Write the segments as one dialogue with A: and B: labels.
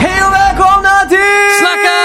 A: Hej och välkomna till
B: Snacka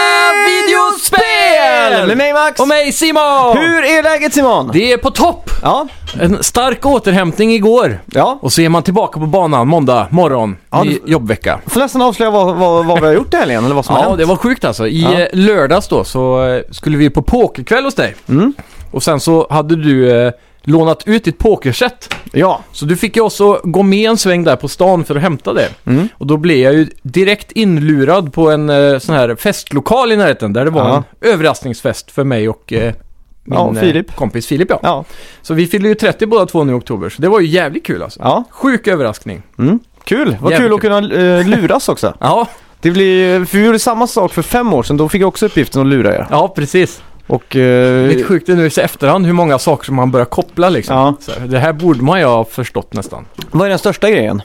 B: videospel!
A: Med mig Max!
B: Och mig Simon!
A: Hur är läget Simon?
B: Det är på topp!
A: Ja,
B: En stark återhämtning igår.
A: ja.
B: Och så är man tillbaka på banan måndag morgon.
A: Ja,
B: ny
A: det-
B: jobbvecka.
A: Får nästan avslöja vad, vad, vad vi har gjort i helgen eller vad som har
B: Ja,
A: hänt.
B: det var sjukt alltså. I
A: Ja.
B: eh, lördags då så eh, skulle vi på pokerkväll hos dig.
A: Mm.
B: Och sen så hade du eh, lånat ut ditt pokerset.
A: Ja,
B: Så du fick ju också gå med en sväng där på stan för att hämta det.
A: Mm.
B: Och då blev jag ju direkt inlurad på en eh, sån här festlokal i närheten där det var
A: Ja.
B: en överraskningsfest för mig och eh, min
A: Ja,
B: eh,
A: Filip.
B: kompis Filip. Ja.
A: ja,
B: Så vi fyller ju 30 båda två nu i oktober, så det var ju jävligt kul alltså.
A: ja.
B: Sjuk överraskning.
A: Mm. Kul, vad kul
B: Jävligt
A: att kunna eh, luras också.
B: Ja,
A: Det blir, för vi gjorde samma sak för fem år sedan, då fick jag också uppgiften att lura er.
B: ja precis.
A: Och...
B: Det
A: eh,
B: är sjukt nu i efterhand hur många saker som man börjar koppla liksom.
A: Ja.
B: Så här, det här borde man ju ha förstått nästan.
A: Vad är den största grejen?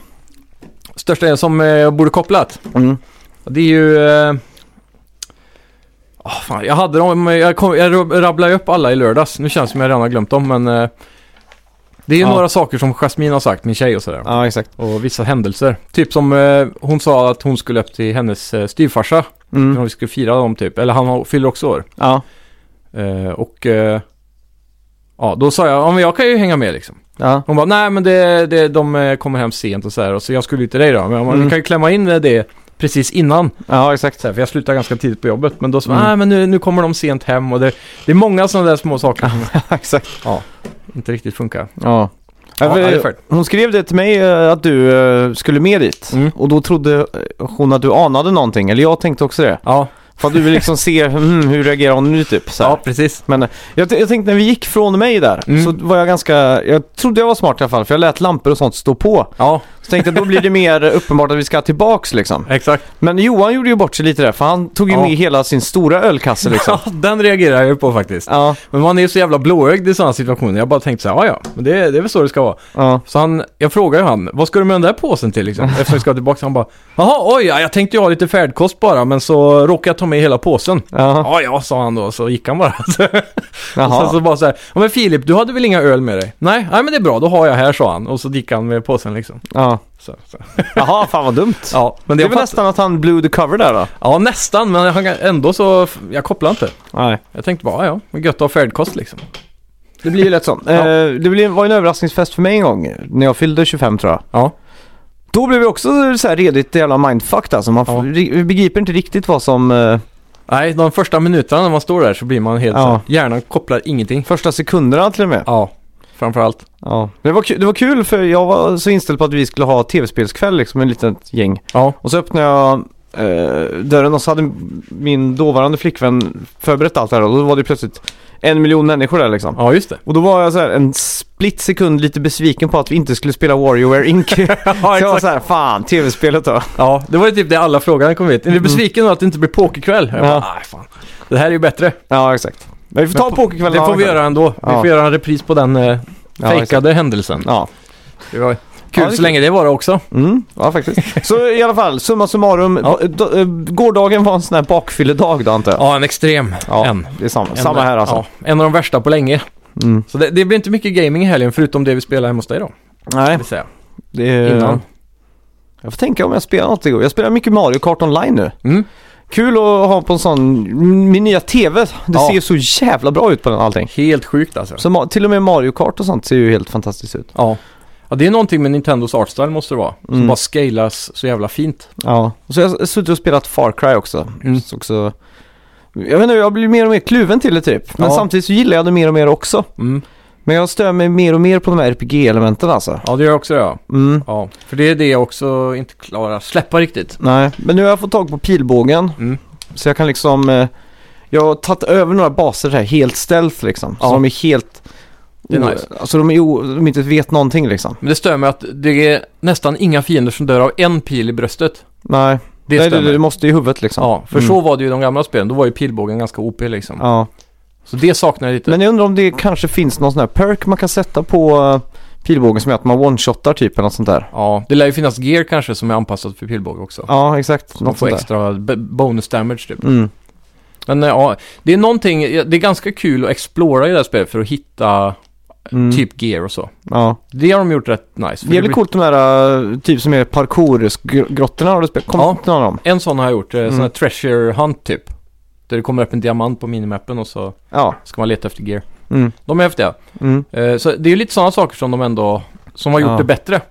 B: Största är som eh, jag borde kopplat,
A: Mm.
B: det är ju... Eh... ah, fan, jag hade dem, jag, kom, jag rabblade upp alla i lördags. Nu känns det som jag redan har glömt dem, men... Eh... Det är ju
A: Ja.
B: några saker som Jasmine har sagt, min tjej och sådär.
A: Ja, exakt.
B: Och vissa händelser. Typ som eh, hon sa att hon skulle upp till hennes eh, styvfarsa när
A: Mm.
B: vi skulle fira dem typ. Eller han har- fyller också år.
A: Ja.
B: Eh, och eh, ja, då sa jag, ja men jag kan ju hänga med liksom.
A: Ja.
B: Hon bara, nej men det, det, de eh, kommer hem sent och så här. Och så jag skulle ju till dig då. Men jag bara,
A: Mm.
B: vi kan ju klämma in det precis innan.
A: ja, exakt.
B: Så här, för jag slutar ganska tidigt på jobbet. Men då sa
A: Mm.
B: mm. nej men nu, nu kommer de sent hem. Och det, det är många sådana där små saker som
A: exakt.
B: inte riktigt funkar.
A: Ja.
B: Ja,
A: för-
B: det är fair.
A: hon skrev det till mig eh, att du eh, skulle med dit.
B: Mm.
A: Och då trodde eh, hon att du anade någonting, eller jag tänkte också det.
B: Ja,
A: För att du vill liksom se, hmm, hur reagerar hon nu typ? Så här.
B: ja precis.
A: Men eh, jag, t- jag tänkte när vi gick från mig där,
B: Mm.
A: så var jag ganska, jag trodde jag var smart i alla fall, för jag lät lampor och sånt stå på.
B: Ja,
A: Så tänkte jag då blir det mer uppenbart att vi ska tillbaks liksom.
B: exakt.
A: Men Johan gjorde ju bort sig lite där, för han tog ju
B: Ja.
A: med hela sin stora ölkasse liksom.
B: Ja, den reagerar jag ju på faktiskt.
A: ja,
B: Men man är ju så jävla blåögd i sådana situationer. Jag bara tänkte så här, ja ja, men det, det är väl så det ska vara.
A: ja.
B: Så han, jag frågade ju han, vad ska du med den där påsen till liksom? Eftersom vi ska tillbaka. Han bara, jaha, oj, ja, jag tänkte ju ha lite färdkost bara, men så råkade jag ta med hela påsen.
A: Ja,
B: Ja, ja, sa han då, så gick han bara. Så- och sen
A: jaha.
B: så bara så här, ja men Filip, du hade väl inga öl med dig? Nej, nej men det är bra, då har jag här, sa han. Och så gick han med påsen liksom.
A: Ja.
B: Så, så.
A: Jaha, fan vad dumt.
B: Ja, men
A: Det
B: det,
A: är väl
B: fatt-
A: nästan att han blew the cover där då?
B: Ja, nästan, men han, kan- ändå så, jag kopplar inte.
A: Nej.
B: Jag tänkte bara, ja, ja, gött att ha färdkost liksom.
A: Det blir ju lätt så.
B: Ja.
A: Eh, det blev, var ju en överraskningsfest för mig en gång, när jag fyllde 25 tror jag.
B: Ja,
A: Då blev vi också så här redigt jävla mindfucked alltså. Man f-
B: Ja.
A: ri- vi begriper inte riktigt vad som... Eh,
B: nej, de första minuterna när man står där så blir man helt
A: Ja.
B: så här, hjärnan kopplar ingenting.
A: första sekunderna till och med.
B: Ja, framförallt.
A: Ja. Men Det, var kul, det var kul för jag var så inställd på att vi skulle ha tv-spelskväll liksom, en litet gäng.
B: Ja.
A: Och så öppnade jag eh, dörren och så hade min dåvarande flickvän förberett allt det här och då var det plötsligt en miljon människor där liksom.
B: Ja, just det.
A: Och då var jag så här en split sekund lite besviken på att vi inte skulle spela Warrior Inc. så
B: Ja,
A: jag var så här, fan, tv-spelet då.
B: Ja, det var ju typ det alla frågade när jag kom hit. Är du besviken över att det inte blir pokerkväll? Jag
A: Mm. Ja.
B: bara, nej fan. Det här är ju bättre.
A: Ja, exakt. Men vi får ta
B: Men
A: pokerkvällen
B: det
A: en
B: får
A: annan
B: vi
A: kväll.
B: göra ändå. Vi
A: Ja.
B: får göra en repris på den eh,
A: Ja, exakt.
B: fejkade händelsen.
A: Ja.
B: Det var
A: det
B: kul
A: är
B: så
A: kul.
B: länge det var det också.
A: Mm, ja, faktiskt. Så i alla fall, summa summarum.
B: Ja.
A: ba- d- eh, Gårdagen var en sån här bakfylledag då, antar jag.
B: Ja, en extrem.
A: Ja,
B: en.
A: Det är samma,
B: En,
A: samma här alltså.
B: Ja, en av de värsta på länge.
A: Mm.
B: Så det, det blir inte mycket gaming i helgen förutom det vi spelar hemma hos dig då. Det
A: Nej,
B: vill säga.
A: det är...
B: Innan.
A: Jag får tänka om jag spelar något igår. Jag spelar mycket Mario Kart online nu.
B: Mm.
A: Kul att ha på en sån... Min nya TV, det
B: Ja.
A: ser så jävla bra ut på den allting.
B: Helt sjukt alltså.
A: Så ma- till och med Mario Kart och sånt ser ju helt fantastiskt ut.
B: Ja. ja, det är någonting med Nintendos artstyle måste det vara. Som
A: Mm.
B: bara scalas så jävla fint.
A: Ja. Och så har jag s- suttit och spelat Far Cry också.
B: Mm.
A: Så också... Jag vet inte, jag blir mer och mer kluven till det typ. Men
B: Ja.
A: samtidigt så gillar jag det mer och mer också.
B: Mm.
A: Men jag stör mig mer och mer på de här RPG-elementen alltså.
B: Ja, det gör jag också det ja.
A: Mm.
B: ja. För det är det jag också inte klarar att släppa riktigt.
A: Nej, men nu har jag fått tag på pilbågen.
B: Mm.
A: Så jag kan liksom... Eh, jag har tagit över några baser här helt stealth liksom. Så
B: Ja.
A: de är helt
B: Det är
A: o-
B: nice.
A: Alltså de, är o- de inte vet någonting liksom.
B: Men det stör mig att det är nästan inga fiender som dör av en pil i bröstet.
A: Nej,
B: Det
A: Nej,
B: stämmer.
A: du, du måste i huvudet liksom.
B: Ja, för
A: Mm.
B: så var det ju i de gamla spelen. Då var ju pilbågen ganska OP liksom.
A: Ja.
B: Så det saknar jag lite.
A: Men jag undrar om det kanske finns någon sån här perk man kan sätta på eh, pilbågen som gör att man one-shotar typ eller något sånt där.
B: Ja, det lär ju finnas gear kanske som är anpassat för pilbåge också.
A: Ja, exakt.
B: Så man
A: Något
B: får
A: sånt där.
B: extra b- bonus damage typ.
A: Mm.
B: Men eh, ja, det är någonting, ja, det är ganska kul att explora i det här spelet för att hitta
A: Mm.
B: typ gear och så.
A: Ja.
B: Det har de gjort rätt nice. för
A: Det är väl
B: blir-
A: coolt de här eh, typ som är parkourgrottorna har du spelat? Kom
B: Ja.
A: inte någon av dem?
B: En sån har jag gjort, mm.
A: Mm.
B: sån här treasure hunt typ. Där det kommer upp en diamant på minimappen och så
A: Ja.
B: ska man leta efter gear.
A: Mm.
B: De är häftiga.
A: Mm.
B: Eh, Så det är ju lite sådana saker som de ändå, som har gjort
A: Ja.
B: det bättre.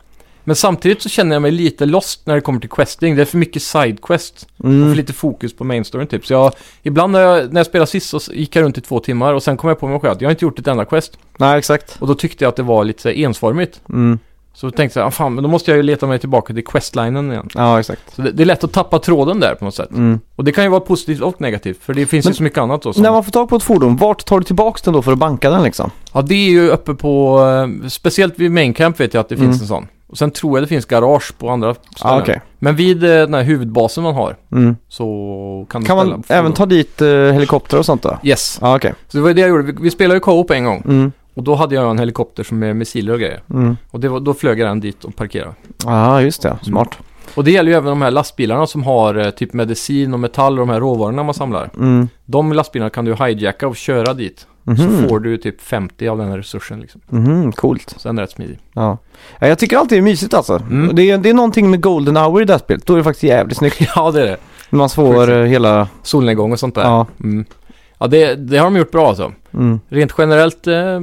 B: Men samtidigt så känner jag mig lite lost när det kommer till questing. Det är för mycket side quests. Och för
A: Mm.
B: lite fokus på main storyn typ. Så jag, ibland när jag, när jag spelade sist så s- gick jag runt i två timmar och sen kom jag på mig själv att jag har inte gjort ett enda quest.
A: Nej, exakt.
B: Och då tyckte jag att det var lite så här ensformigt.
A: Mm.
B: Så tänkte jag, ah, fan, men då måste jag ju leta mig tillbaka till questlinen igen.
A: Ja, exakt.
B: Så det, det är lätt att tappa tråden där på något sätt.
A: Mm.
B: Och det kan ju vara positivt och negativt, för det finns
A: Men-
B: ju så mycket annat då. Som,
A: När man får tag på ett fordon, vart tar du tillbaks den då för att banka den liksom?
B: Ja, det är ju uppe på, eh, speciellt vid main camp vet jag att det finns
A: Mm.
B: en sån. Och sen tror jag det finns garage på andra ställen.
A: Ja, okej.
B: Men vid eh, den här huvudbasen man har
A: Mm.
B: så kan, du
A: Kan
B: ställa
A: man
B: fordon.
A: även ta dit eh, helikoptrar och sånt då?
B: Yes.
A: Ja, okej.
B: Så det var det jag gjorde. Vi, vi spelade ju co-op en gång.
A: Mm.
B: Och då hade jag en helikopter som är missiler och grejer.
A: Mm.
B: Och det var, då flög jag den dit och parkerade.
A: Ja, ah, just
B: Mm.
A: det. Smart.
B: Och det gäller ju även de här lastbilarna som har eh, typ medicin och metall och de här råvarorna man samlar.
A: Mm.
B: De lastbilarna kan du hijacka och köra dit. Så
A: Mhm.
B: får du typ 50 av den här resursen liksom.
A: Mhm, coolt.
B: Så den är rätt smidig.
A: Ja. Ja, Jag tycker alltid det är mysigt alltså.
B: Mm.
A: Det, är, det är någonting med golden hour i det här spelet. Då är det faktiskt jävligt snyggt.
B: ja, det är det.
A: När man får
B: Sjukt.
A: eh, hela...
B: Solnedgång och sånt där.
A: Ja.
B: Mm. Ja, det, det har de gjort bra alltså.
A: Mm.
B: Rent generellt eh,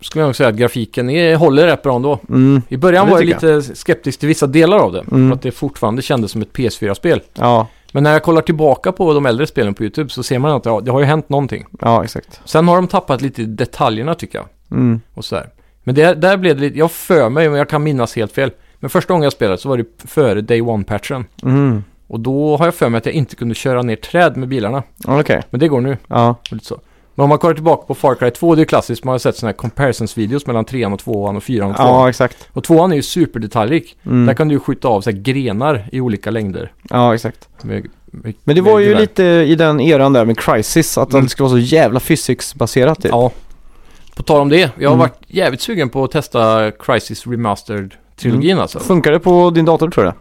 B: skulle jag nog säga att grafiken är, håller rätt bra ändå.
A: Mm.
B: I början
A: Det
B: var jag
A: tycker
B: lite skeptisk till vissa delar av det.
A: Mm.
B: För att det fortfarande kändes som ett PS4-spel.
A: Ja.
B: Men när jag kollar tillbaka på de äldre spelen på YouTube så ser man att ja, det har ju hänt någonting.
A: ja, exakt.
B: Sen har de tappat lite i detaljerna tycker jag.
A: Mm.
B: Och sådär. Men det, där blev det lite, jag för mig, men jag kan minnas helt fel. Men första gången jag spelade så var det före Day One-patchen.
A: Mm.
B: Och då har jag för mig att jag inte kunde köra ner träd med bilarna.
A: Okej.
B: Men det går nu.
A: Ja.
B: Och lite så. Men om man kollar tillbaka på Far Cry 2, det är ju klassiskt, man har sett sådana här comparisons-videos mellan 3an och 2an och 4an och 2an.
A: ja, exakt.
B: Och 2an är ju superdetaljrik. Där
A: Mm.
B: kan du ju skjuta av så här grenar i olika längder.
A: Ja, exakt.
B: Med, med,
A: Men det
B: med
A: var ju
B: gevär.
A: lite i den eran där med Crisis, att
B: Mm.
A: det skulle vara så jävla fysiksbaserat typ.
B: Ja. På tal om det, jag har
A: Mm.
B: varit jävligt sugen på att testa Crisis Remastered-trilogin
A: Mm.
B: alltså.
A: Funkar det på din dator tror du?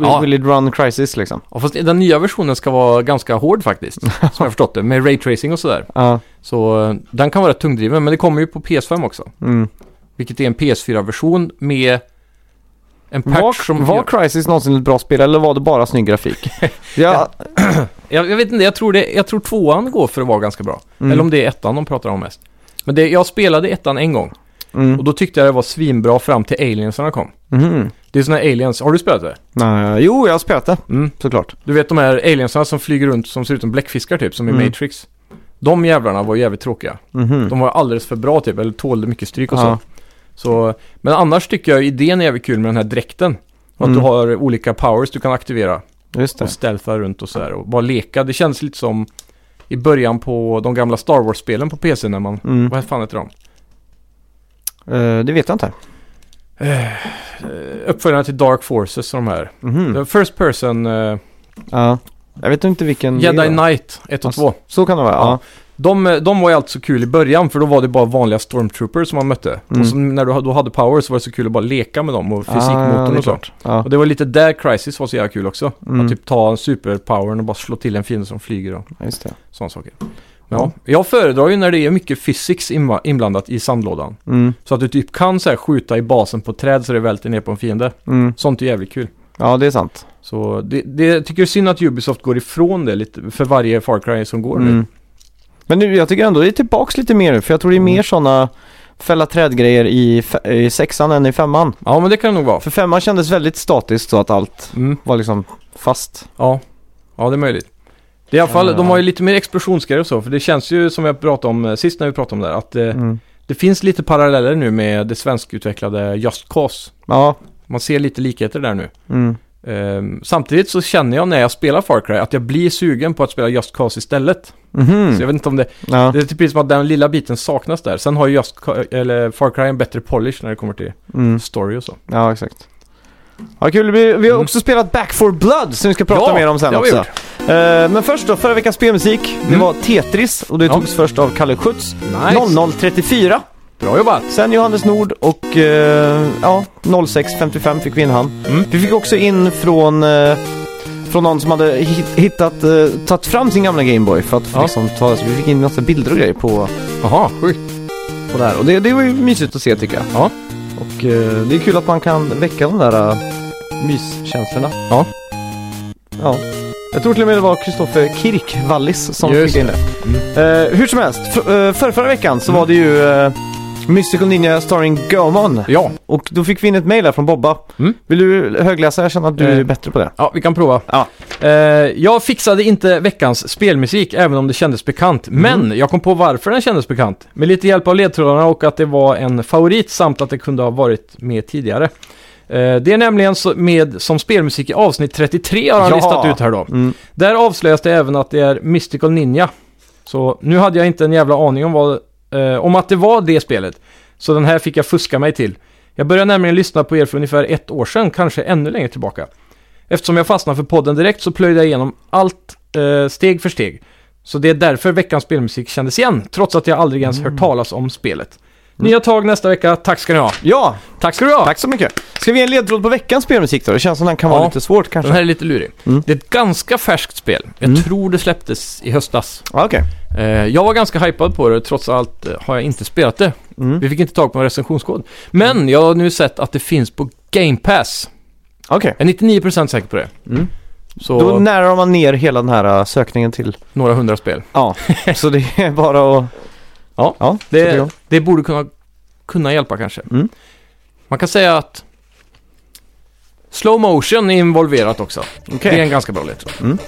B: Ja.
A: Will it run Crisis liksom?
B: Ja, fast den nya versionen ska vara ganska hård faktiskt, som jag har förstått det, med raytracing och sådär.
A: Ja.
B: Så eh, den kan vara rätt tungdriven, men det kommer ju på PS5 också.
A: Mm.
B: Vilket är en PS4-version med en patch
A: Var,
B: som...
A: var Crisis någonsin ett bra spel eller var det bara snygg grafik? ja.
B: jag, jag vet inte, jag tror, det, jag tror tvåan går för att vara ganska bra.
A: Mm.
B: Eller om det är ettan de pratar om mest. Men det, jag spelade ettan en gång
A: Mm.
B: och då tyckte jag det var svinbra fram till aliensarna kom.
A: Mhm.
B: Det är såna här aliens, har du spelat det?
A: Nej, jo, jag har spelat det
B: Mm.
A: såklart.
B: Du vet de här aliensarna som flyger runt som ser ut som bläckfiskar typ, som i
A: Mm.
B: Matrix. De jävlarna var jävligt tråkiga.
A: Mhm.
B: De var alldeles för bra typ, eller tålde mycket stryk och
A: Ja.
B: så. så. Men annars tycker jag idén är jävligt kul med den här dräkten. Och att
A: Mm.
B: du har olika powers du kan aktivera
A: Just
B: och
A: det.
B: stealtha runt och sådär och bara leka. Det känns lite som i början på de gamla Star Wars-spelen på PC när man...
A: Mm.
B: Vad fan heter de?
A: Eh, det vet jag inte.
B: Eh, Uppföljarna till Dark Forces och de här.
A: Mhm.
B: The First Person, eh,
A: Ja. Jag vet inte vilken... det
B: Jedi
A: är.
B: Knight 1 och
A: Alltså,
B: 2.
A: Så kan det vara, ja.
B: De, de var ju alltid så kul i början för då var det bara vanliga stormtroopers som man mötte.
A: Mm.
B: Och så när du då hade power så var det så kul att bara leka med dem och
A: Ah,
B: fysikmotorn
A: det är
B: och så.
A: klart. Ja.
B: Och det var lite där Crisis var så jävla kul också.
A: Mm.
B: Att typ ta superpowern och bara slå till en fiende som flyger och
A: Ja, Just det.
B: sådana saker. Men ja, jag föredrar ju när det är mycket physics inva- inblandat i sandlådan.
A: Mm.
B: Så att du typ kan så här skjuta i basen på ett träd så det välter ner på en fiende.
A: Mm.
B: Sånt är jävligt kul.
A: Ja, det är sant.
B: Så det, det jag tycker synd att Ubisoft går ifrån det lite för varje Far Cry som går nu.
A: Mm. Men nu, jag tycker ändå det är tillbaks lite mer nu, för jag tror det är
B: Mm.
A: mer sådana fälla trädgrejer i, fe- i sexan än i femman.
B: Ja, men det kan det nog vara.
A: För femman kändes väldigt statiskt så att allt
B: Mm.
A: var liksom fast.
B: Ja, ja det är möjligt. Det är i alla fall,
A: Ja.
B: de har ju lite mer explosionsgrejer och så, för det känns ju som jag pratade om eh, sist när vi pratade om det här, att eh,
A: Mm.
B: det finns lite paralleller nu med det svenskutvecklade Just Cause.
A: Ja.
B: Man ser lite likheter där nu.
A: Mm.
B: Ehm, samtidigt så känner jag när jag spelar Far Cry att jag blir sugen på att spela Just Cause istället. Så jag
A: Mhm.
B: vet inte om det...
A: Ja.
B: Det är typ som att den lilla biten saknas där. Sen har ju Just Ca- eller Far Cry en bättre polish när det kommer till
A: Mm.
B: story och så.
A: ja, exakt. Ja, kul. Vi, vi har
B: Mm.
A: också spelat Back for Blood som vi ska prata
B: Ja,
A: mer om sen
B: det har vi
A: också. Eh, men först då, förra veckans spelmusik. Det
B: Mm.
A: var Tetris och det
B: Ja.
A: togs först av Kalle Schütz.
B: Nice!
A: 0034.
B: Bra jobbat!
A: Sen Johannes Nord och eh, ja, 06.55 fick vi in han.
B: Mm.
A: Vi fick också in från, eh, från någon som hade hit- hittat, eh, tagit fram sin gamla Gameboy för att
B: Ja.
A: liksom ta, så vi fick in massa bilder och grejer på,
B: Jaha, sjukt.
A: på det här. Och det, det var ju mysigt att se tycker jag.
B: Ja.
A: Och eh, det är kul att man kan väcka de där eh, myskänslorna.
B: Ja.
A: Ja. Jag tror till och med det var Kristoffer Kirkvallis som
B: Just
A: fick in det. Eh, hur som helst, f- eh, förra, förra veckan så
B: Mm.
A: var det ju eh, Mystical Ninja starring Gomon.
B: Ja,
A: Och då fick vi in ett mejl här från Bobba.
B: Mm.
A: Vill du högläsa? Jag känner att du
B: Eh.
A: är bättre på det.
B: ja, vi kan prova.
A: Ja.
B: Eh, jag fixade inte veckans spelmusik, även om det kändes bekant.
A: Mm.
B: Men jag kom på varför den kändes bekant. Med lite hjälp av ledtrådarna och att det var en favorit samt att det kunde ha varit med tidigare. Eh, det är nämligen så med, som spelmusik i avsnitt 33 har han
A: Ja.
B: listat ut här då.
A: Mm.
B: Där avslöjas det även att det är Mystical Ninja. Så nu hade jag inte en jävla aning om, vad, eh, om att det var det spelet. Så den här fick jag fuska mig till. Jag började nämligen lyssna på er för ungefär ett år sedan, kanske ännu längre tillbaka. Eftersom jag fastnade för podden direkt så plöjde jag igenom allt eh, steg för steg. Så det är därför veckans spelmusik kändes igen, trots att jag aldrig ens
A: Mm.
B: hört talas om spelet. Nya tag nästa vecka, tack ska ni ha.
A: Ja,
B: Tack ska du ha!
A: Mm. tack så mycket. Ska vi ge en ledtråd på veckans spelmusik då? Det känns som den kan vara
B: Ja.
A: lite svårt kanske.
B: Den här är lite lurig.
A: Mm.
B: Det är ett ganska färskt spel. Jag
A: Mm.
B: tror det släpptes i höstas.
A: Ja, Ah, okej.
B: Eh, jag var ganska hypad på det, trots allt eh, har jag inte spelat det.
A: Mm.
B: Vi fick inte tag på en recensionskod. Men jag har nu sett att det finns på Game Pass.
A: Okej.
B: Jag är 99% säker på det.
A: Mm.
B: Så
A: Då närar man ner hela den här äh, sökningen till...
B: några hundra spel.
A: Ja, så det är bara att...
B: Ja,
A: ja sätta igång.
B: Det, det borde kunna, kunna hjälpa kanske.
A: Mm.
B: Man kan säga att slow motion är involverat också.
A: Okej.
B: Det är en ganska bra ledtråd.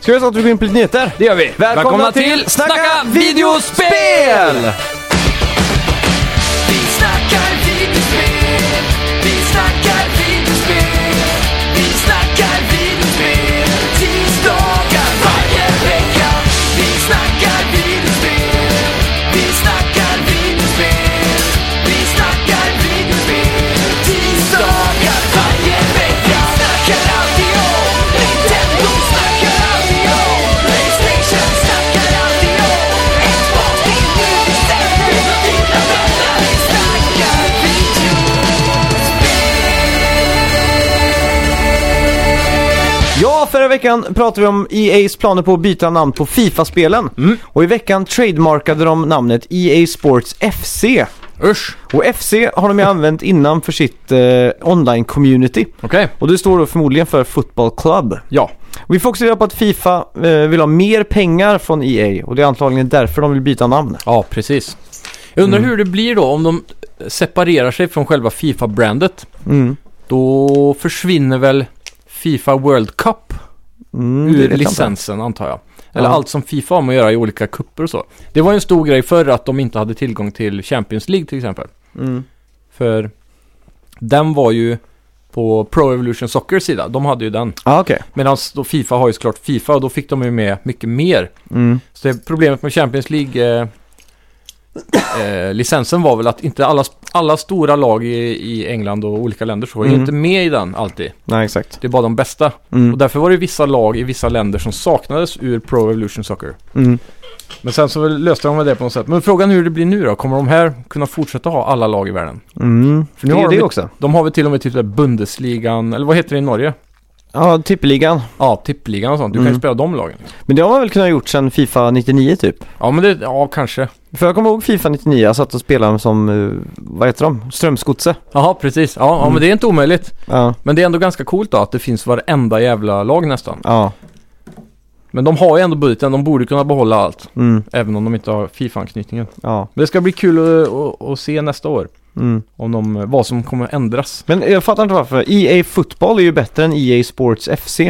A: Ska vi göra så att vi går in på lite nyheter?
B: Det gör vi.
A: Välkomna till Snacka videospel!
C: Vi snackar videospel, vi snackar videospel, vi snackar videospel, tisdagar varje vecka. Vi snackar videospel, vi snackar videospel, vi snackar videospel, tisdagar varje vecka. Snackar alltid om Nintendo, snackar alltid om Playstation, snackar alltid om Xbox, det är nu vi sätter dina vänner. Vi snackar videospel.
A: Ja, förra veckan pratade vi om EA's planer på att byta namn på Fifa-spelen. Och i veckan trademarkade de namnet EA Sports FC.
B: Usch.
A: Och FC har de ju använt innan för sitt eh, online-community.
B: Okej.
A: Och det står då förmodligen för Football Club.
B: Ja.
A: Och vi får också reda på att Fifa eh, vill ha mer pengar från EA och det är antagligen därför de vill byta namn.
B: Ja, precis. Jag
A: Mm.
B: undrar hur det blir då om de separerar sig från själva Fifa-brandet.
A: Mm.
B: Då försvinner väl Fifa World Cup
A: Mm, det
B: ur
A: vet jag inte.
B: licensen antar jag. Eller
A: Ja.
B: allt som Fifa har med att göra i olika kupper och så. Det var ju en stor grej förr att de inte hade tillgång till Champions League till exempel.
A: Mm.
B: För den var ju på Pro Evolution Soccers sida, de hade ju den.
A: Ja, Ah, okej.
B: Medan då Fifa har ju såklart Fifa och då fick de ju med mycket mer.
A: Mm.
B: Så det problemet med Champions League eh, eh, licensen var väl att inte alla, alla stora lag i, i England och olika länder så var ju
A: Mm.
B: inte med i den alltid.
A: Nej, exakt.
B: Det är bara de bästa. Och
A: Mm.
B: därför var det vissa lag i vissa länder som saknades ur Pro Evolution Soccer.
A: Mm.
B: Men sen så väl löste de väl det på något sätt. Men frågan är hur det blir nu då? Kommer de här kunna fortsätta ha alla lag i världen?
A: Mm.
B: För nu
A: det
B: har
A: är
B: de
A: det
B: ju-
A: också.
B: De har väl till och med typ där Bundesligan, eller vad heter det i Norge?
A: Ja, tippeligan.
B: Ja, tippligan och sånt. Du kan ju
A: Mm.
B: spela de lagen.
A: Men det har man väl kunnat gjort sedan Fifa 99 typ?
B: Ja, men det, ja kanske.
A: För jag kommer ihåg Fifa 99, jag satt och spelade som, eh, vad heter de? Strömskotse.
B: Jaha, precis. Ja, ja
A: Mm.
B: men det är inte omöjligt.
A: Ja,
B: Men det är ändå ganska coolt då att det finns varenda jävla lag nästan.
A: ja.
B: Men de har ju ändå budgeten, de borde kunna behålla allt.
A: Mm,
B: Även om de inte har Fifa-anknytningen.
A: ja.
B: Men det ska bli kul att, att, att se nästa år.
A: Mm.
B: Om de, vad som kommer att ändras.
A: Men jag fattar inte varför. EA Football är ju bättre än EA Sports FC.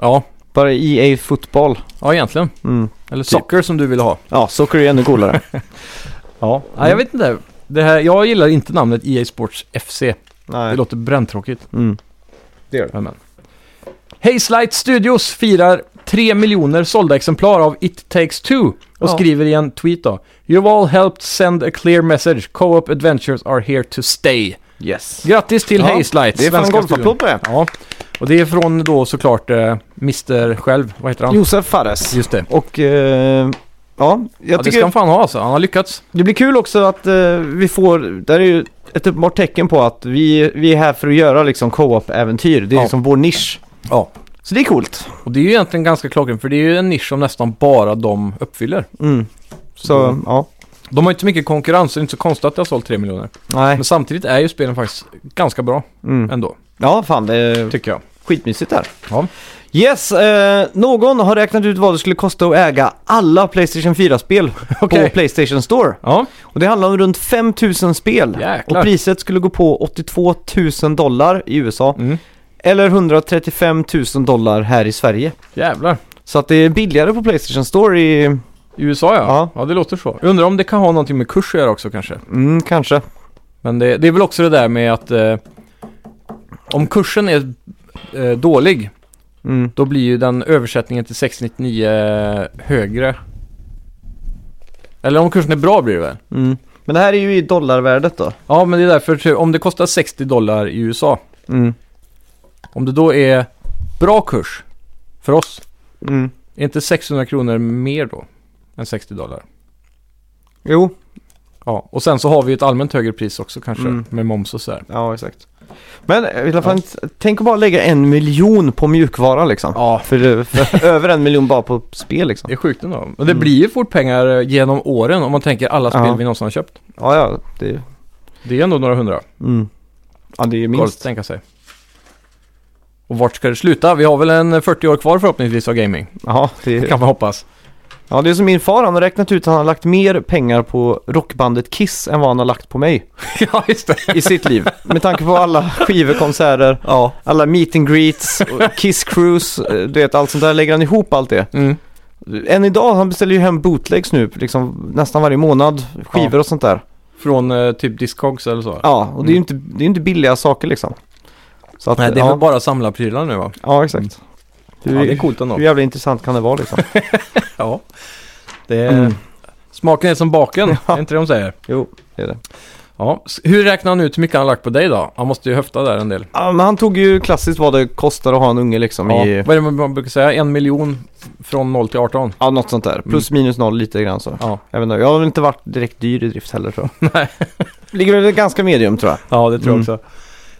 B: Ja,
A: Bara EA Football.
B: ja egentligen.
A: Mm.
B: Eller soccer som du ville ha. Mm.
A: Ja, socker är ännu coolare. ja.
B: Nej, jag vet inte. Det här, jag gillar E inte namnet EA Sports FC. Det
A: Nej.
B: låter bränntråkigt.
A: Mm.
B: Men, men. Hazelight Studios firar 3 miljoner sålda exemplar av It Takes Two och
A: Ja.
B: skriver i en tweet då. You've all helped send a clear message. Co-op adventures are here to stay.
A: Yes.
B: Grattis till
A: Ja,
B: Hazelight,
A: Det är fan
B: svenska studion.
A: golfapplåd på det.
B: Ja, och det är från då såklart eh, Mr. själv, vad heter han?
A: Josef Fares.
B: Just det.
A: Och eh, ja, jag
B: ja, det
A: tycker
B: ska han fan ha alltså, han har lyckats.
A: det blir kul också att eh, vi får, där är ju ett uppenbart tecken på att vi, vi är här för att göra liksom co-op-äventyr. Det är
B: Ja.
A: liksom vår nisch.
B: Ja.
A: Så det är coolt.
B: Och det är ju egentligen ganska klockrent, för det är ju en nisch som nästan bara de uppfyller.
A: Mm. Så,
B: Mm.
A: ja.
B: De har ju inte mycket konkurrens, så det är inte så konstigt att det har sålt 3 miljoner.
A: Nej.
B: Men samtidigt är ju spelen faktiskt ganska bra
A: Mm.
B: ändå,
A: Ja, fan det är
B: tycker jag.
A: skitmysigt där.
B: Ja.
A: Yes, eh, någon har räknat ut vad det skulle kosta att äga alla Playstation 4-spel
B: Okej.
A: på Playstation Store.
B: Ja,
A: Och det handlar om runt 5000 spel.
B: Jäklar.
A: Och priset skulle gå på 82 000 dollar i USA.
B: mm.
A: Eller 135 000 dollar här i Sverige.
B: jävlar.
A: Så att det är billigare på Playstation Store i...
B: I USA ja.
A: Ja.
B: ja. det låter så. Jag undrar om det kan ha någonting med kurs att göra också kanske.
A: Mm, kanske.
B: Men det, det är väl också det där med att eh, om kursen är eh, dålig,
A: Mm.
B: då blir ju den översättningen till 699 högre. Eller om kursen är bra blir det väl?
A: Mm. Men det här är ju i dollarvärdet då.
B: Ja, men det är därför, typ, om det kostar 60 dollar i USA,
A: Mm.
B: om det då är bra kurs för oss,
A: Mm.
B: är inte 600 kronor mer då än 60 dollar?
A: Jo,
B: Ja, och sen så har vi ju ett allmänt högre pris också kanske,
A: Mm.
B: med moms och sådär.
A: ja exakt. Men eh, i alla fall, inte- tänk att bara lägga en miljon på mjukvara liksom.
B: Ja,
A: För, det- för över en miljon bara på spel liksom.
B: det är sjukt ändå. Men det blir ju fort pengar eh, genom åren om man tänker alla spel
A: Ja.
B: vi någonsin har köpt.
A: Ja, ja, det...
B: Det är ändå några hundra.
A: Mm. Ja, det är
B: Minst.
A: minst.
B: tänka sig. Och vart ska det sluta? Vi har väl en 40 år kvar förhoppningsvis av gaming.
A: Ja, det är...
B: Det kan man hoppas.
A: Ja, det är som min far, han har räknat ut att han har lagt mer pengar på rockbandet Kiss än vad han har lagt på mig
B: ja, just det.
A: i sitt liv. Med tanke på alla skivkonserter,
B: Ja.
A: alla meet and greets, och Kiss cruise, eh, du vet allt sånt där, lägger han ihop allt det.
B: Mm.
A: Än idag, han beställer ju hem bootlegs nu, liksom nästan varje månad, skivor och sånt där.
B: Från eh, typ Discogs eller så.
A: Ja, och det är ju inte, det är ju inte billiga saker liksom. Så att,
B: Mm. Nej, det är
A: ja,
B: väl bara samlarprylar nu va?
A: ja, exakt. Hur,
B: Ja, det är coolt ändå.
A: hur jävla intressant kan det vara liksom?
B: Ja. Det är...
A: Mm.
B: Smaken är som baken,
A: Ja.
B: är inte det de säger?
A: Jo, det är det.
B: Ja. S- Hur räknar han ut hur mycket han har lagt på dig då? Han måste ju höfta där en del.
A: Ja, men han tog ju klassiskt vad det kostar att ha en unge liksom
B: Ja.
A: i...
B: Vad är det man brukar säga? En miljon från 0 till 18?
A: Ja, något sånt där. Plus
B: Mm.
A: minus noll lite grann så.
B: Ja.
A: Jag vet inte, jag har väl inte varit direkt dyr i drift heller tror jag. Ligger väl ganska medium tror jag.
B: Ja, det tror jag också. Mm.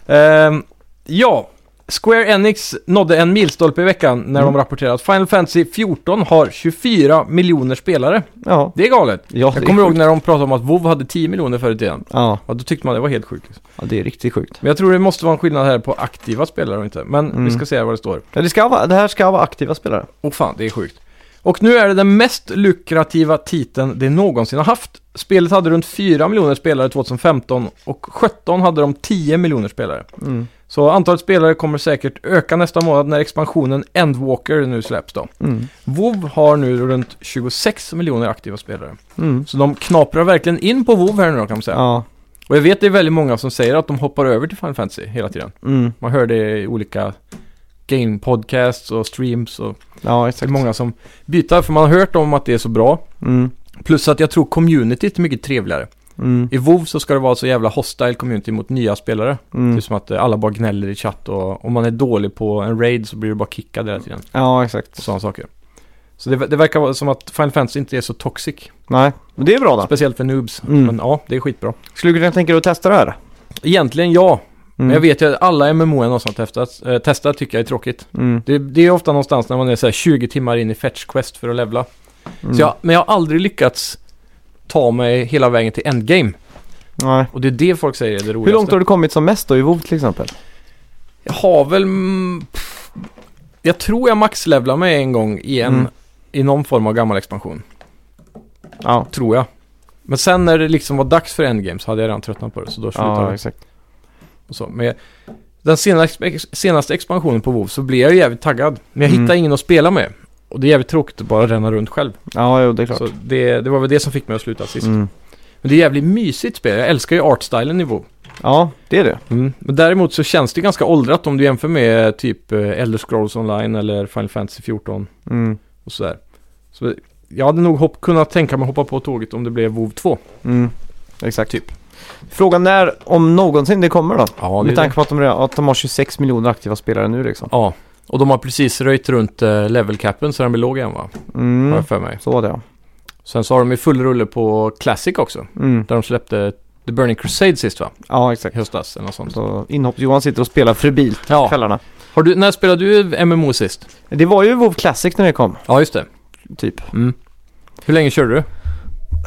B: Ehm, ja, Square Enix nådde en milstolpe i veckan när
A: Mm.
B: de rapporterade att Final Fantasy 14 har 24 miljoner spelare.
A: Ja.
B: Det är galet.
A: ja det
B: Jag
A: är
B: kommer ihåg
A: sjukt.
B: när de pratade om att WoW hade 10 miljoner förut igen.
A: Ja.
B: Ja, då tyckte man det var helt sjukt.
A: ja, det är riktigt sjukt.
B: Men jag tror det måste vara en skillnad här på aktiva spelare och inte. Men
A: Mm.
B: vi ska se vad det står.
A: Ja, det, ska vara, det här ska vara aktiva spelare.
B: Åh fan, det är sjukt. Och nu är det den mest lukrativa titeln det någonsin har haft. Spelet hade runt 4 miljoner spelare 2015 och 17 hade de 10 miljoner spelare.
A: Mm.
B: Så antalet spelare kommer säkert öka nästa månad när expansionen Endwalker nu släpps då.
A: Mm.
B: WoW har nu runt 26 miljoner aktiva spelare.
A: Mm.
B: Så de knaprar verkligen in på WoW här nu då kan man säga.
A: Ja.
B: Och jag vet det är väldigt många som säger att de hoppar över till Final Fantasy hela tiden.
A: Mm.
B: Man hör det i olika game-podcasts och streams och
A: Ja,
B: det är
A: exakt.
B: många som byter för man har hört om att det är så bra.
A: Mm.
B: Plus att jag tror communityt är mycket trevligare.
A: Mm.
B: I WoW så ska det vara så jävla hostile community mot nya spelare.
A: Mm.
B: Typ som att eh, alla bara gnäller i chatt och om man är dålig på en raid så blir du bara kickad hela tiden.
A: Ja, exakt.
B: Och sådana saker. Så det, det verkar vara som att Final Fantasy inte är så toxic.
A: Nej, men det är bra då.
B: Speciellt för noobs.
A: Mm.
B: Men ja, det är skitbra.
A: Skulle du kunna tänka dig att testa det här? Mm.
B: Egentligen ja. Men jag vet ju att alla MMON och sånt testat, eh, testat tycker jag är tråkigt.
A: Mm.
B: Det, det är ofta någonstans när man är så här 20 timmar in i Fetch Quest för att levla.
A: Mm.
B: Så jag, men jag har aldrig lyckats ta mig hela vägen till endgame.
A: Nej.
B: Och det är det folk säger är det roligaste.
A: Hur långt har du kommit som mest då i WoW till exempel?
B: Jag har väl... mm, pff, Jag tror jag maxlevlar mig en gång i en...
A: Mm.
B: I någon form av gammal expansion.
A: Ja.
B: Tror jag. Men sen när det liksom var dags för endgame så hade jag redan tröttnat på det. Så då slutade
A: Ja,
B: jag.
A: exakt.
B: Och så. Men jag- den senaste, ex- senaste expansionen på WoW så blev jag ju jävligt taggad. Men jag
A: Mm.
B: hittade ingen att spela med. Och det är jävligt tråkigt att bara ränna runt själv.
A: Ja, jo, det är klart.
B: Så det, det var väl det som fick mig att sluta sist.
A: Mm.
B: Men det är jävligt mysigt spel. Jag älskar ju artstylen i WoW.
A: Ja, det är det.
D: Mm. Men däremot så känns det ganska åldrat om du jämför med eh, typ eh, Elder Scrolls Online eller Final Fantasy 14
A: Mm.
D: och sådär. Så jag hade nog hopp, kunnat tänka mig hoppa på tåget om det blev WoW 2.
A: Mm. Exakt. Typ. Frågan är om någonsin det kommer då.
D: Ja,
A: Med tanke på att de, redan, att de har 26 miljoner aktiva spelare nu liksom.
B: Ja, och de har precis röjt runt eh, level capen så den blir låg igen va? Har
A: Mm.
B: jag för mig.
A: Så var det ja.
B: Sen så har de ju full rulle på Classic också.
A: Mm.
B: Där de släppte The Burning Crusade sist va?
A: Ja,
B: I
A: exakt.
B: höstas eller något sånt.
A: Så inhopps-Johan sitter och spelar förbilt
B: Ja.
A: kvällarna.
B: Har du, när spelade du MMO sist?
A: Det var ju WoW Classic när det kom,
B: Ja, just det.
A: typ.
D: Mm.
B: Hur länge körde du?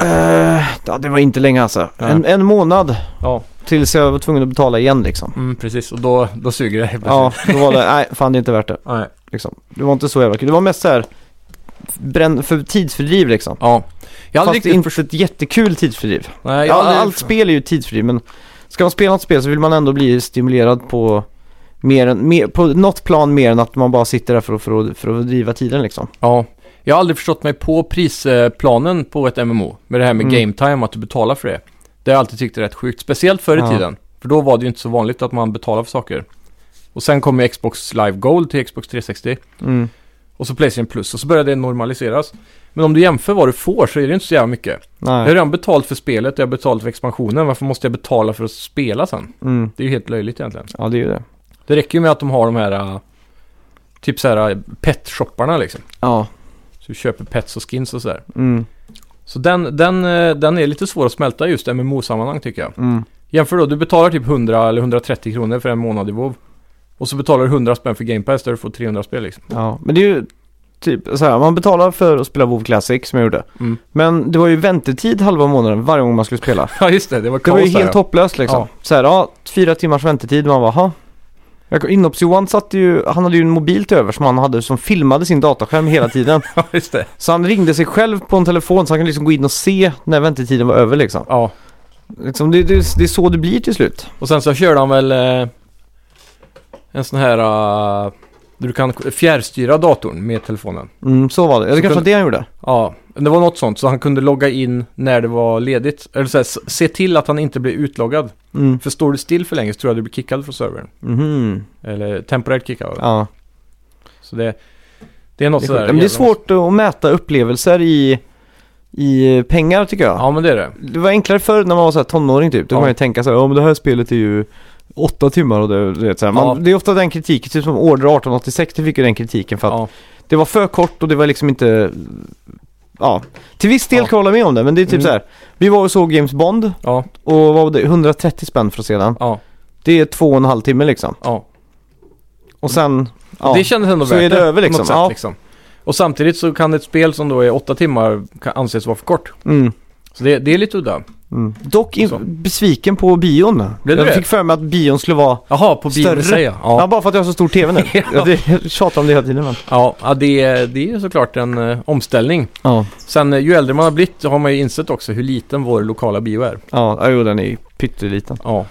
A: Eh, ja, det var inte länge alltså.
B: Nej.
A: En, en månad
B: Ja.
A: tills jag var tvungen att betala igen liksom.
B: Mm, precis. Och då, då suger det helt
A: Ja, då var det, nej fan det är inte värt det.
B: Ja.
A: Liksom. Det var inte så jävla kul. Det var mest så här, bränn, för tidsfördriv liksom.
B: ja. Jag hade
A: Fast det är
B: riktigt...
A: inte ett jättekul tidsfördriv.
B: Nej, jag
A: Ja,
B: har aldrig-
A: allt spel är ju tidsfri men ska man spela något spel så vill man ändå bli stimulerad på, mer än, mer, på något plan mer än att man bara sitter där för att, för att, för att driva tiden liksom.
B: Ja. Jag har aldrig förstått mig på prisplanen på ett MMO. Med det här med
A: Mm.
B: game time, att du betalar för det. Det har jag alltid tyckt är rätt sjukt. Speciellt förr i
A: Ja.
B: tiden. För då var det ju inte så vanligt att man betalade för saker. Och sen kom ju Xbox Live Gold till Xbox 360.
A: Mm.
B: Och så Playstation Plus. Och så började det normaliseras. Men om du jämför vad du får så är det inte så jävla mycket. Jag har
A: Nej.
B: redan betalt för spelet och jag har betalt för expansionen. Varför måste jag betala för att spela sen?
A: Mm.
B: Det är ju helt löjligt egentligen.
A: Ja det är ju det.
B: Det räcker ju med att de har de här... äh, Typ så här äh, pet-shopparna liksom.
A: Ja.
B: Så du köper pets och skins och sådär.
A: Mm.
B: Så den, den, eh, den är lite svår att smälta just i MMO-sammanhang tycker jag.
A: Mm.
B: Jämför då, du betalar typ 100 eller 130 kronor för en månad i WoW Och så betalar du 100 spänn för Game Pass där du får 300 spel liksom.
A: Ja, men det är ju typ så här, man betalar för att spela WoW Classic som jag gjorde.
B: Mm.
A: Men det var ju väntetid halva månaden varje gång man skulle spela.
B: Ja just det, det var
A: Det
B: kaos
A: var ju
B: där,
A: helt
B: ja.
A: hopplöst liksom.
B: Ja.
A: Så här, ja, fyra timmars väntetid, man bara, ha. Inhopps-Johan satt ju, han hade ju en mobil till över som han hade som filmade sin dataskärm hela tiden.
B: Ja just det.
A: Så han ringde sig själv på en telefon så han kunde liksom gå in och se när väntetiden var över liksom.
B: Ja.
A: liksom det, det, det är så det blir till slut.
B: Och sen så körde han väl eh, en sån här... eh, där du kan k- fjärrstyra datorn med telefonen.
A: Mm, så var det. Eller
B: Så
A: kanske
B: kunde-
A: var det han gjorde.
B: Ja, men det var något sånt. Så han kunde logga in när det var ledigt. Eller så här, s- se till att han inte blir utloggad.
A: Mm.
B: För står du still för länge så tror jag du blir kickad från servern.
A: Mhm.
B: Eller temporärt kickad.
A: Ja.
B: Så det, det är något
A: Det är,
B: sådär.
A: sjukt. men det är
B: jävla-
A: svårt att mäta upplevelser i, i pengar tycker jag.
B: Ja, men det är det.
A: Det var enklare förr när man var så här tonåring typ. Då
B: Ja.
A: kan man ju tänka så här, ja men det här spelet är ju åtta timmar och det, du vet, så här. Man,
B: Ja.
A: det är ofta den kritiken, typ som Order 1886, det fick ju den kritiken för att
B: Ja.
A: det var för kort och det var liksom inte, ja. Till viss del
B: Ja.
A: kan jag hålla med om det, men det är typ
B: Mm.
A: så här. Vi var och såg James Bond
B: Ja,
A: och vad var det, 130 spänn för sedan.
B: ja,
A: Det är två och en halv timme liksom.
B: ja.
A: Och sen, ja.
B: Det kändes ändå
A: Så
B: värt
A: är det över,
B: på
A: liksom.
B: något sätt,
A: Ja.
B: liksom. Och samtidigt så kan ett spel som då är åtta timmar kan anses vara för kort.
A: mm.
B: Så det, det är lite udda.
A: Mm. Dock
B: Så.
A: in, besviken på bion.
B: Blev du
A: jag
B: det?
A: fick för mig att bion skulle vara
B: Jaha, på
A: Större.
B: bilen säger jag.
A: Ja.
B: Ja,
A: bara för att jag har så stor TV nu.
B: Ja.
A: ja. det, jag tjatar om det hela tiden men.
B: ja, ja det, är- det är ju såklart en eh, omställning.
A: Ja.
B: Sen eh, ju äldre man har blivit så har man ju insett också hur liten vår lokala bio är.
A: Ja, jo den är ju pytteliten.
B: Ja.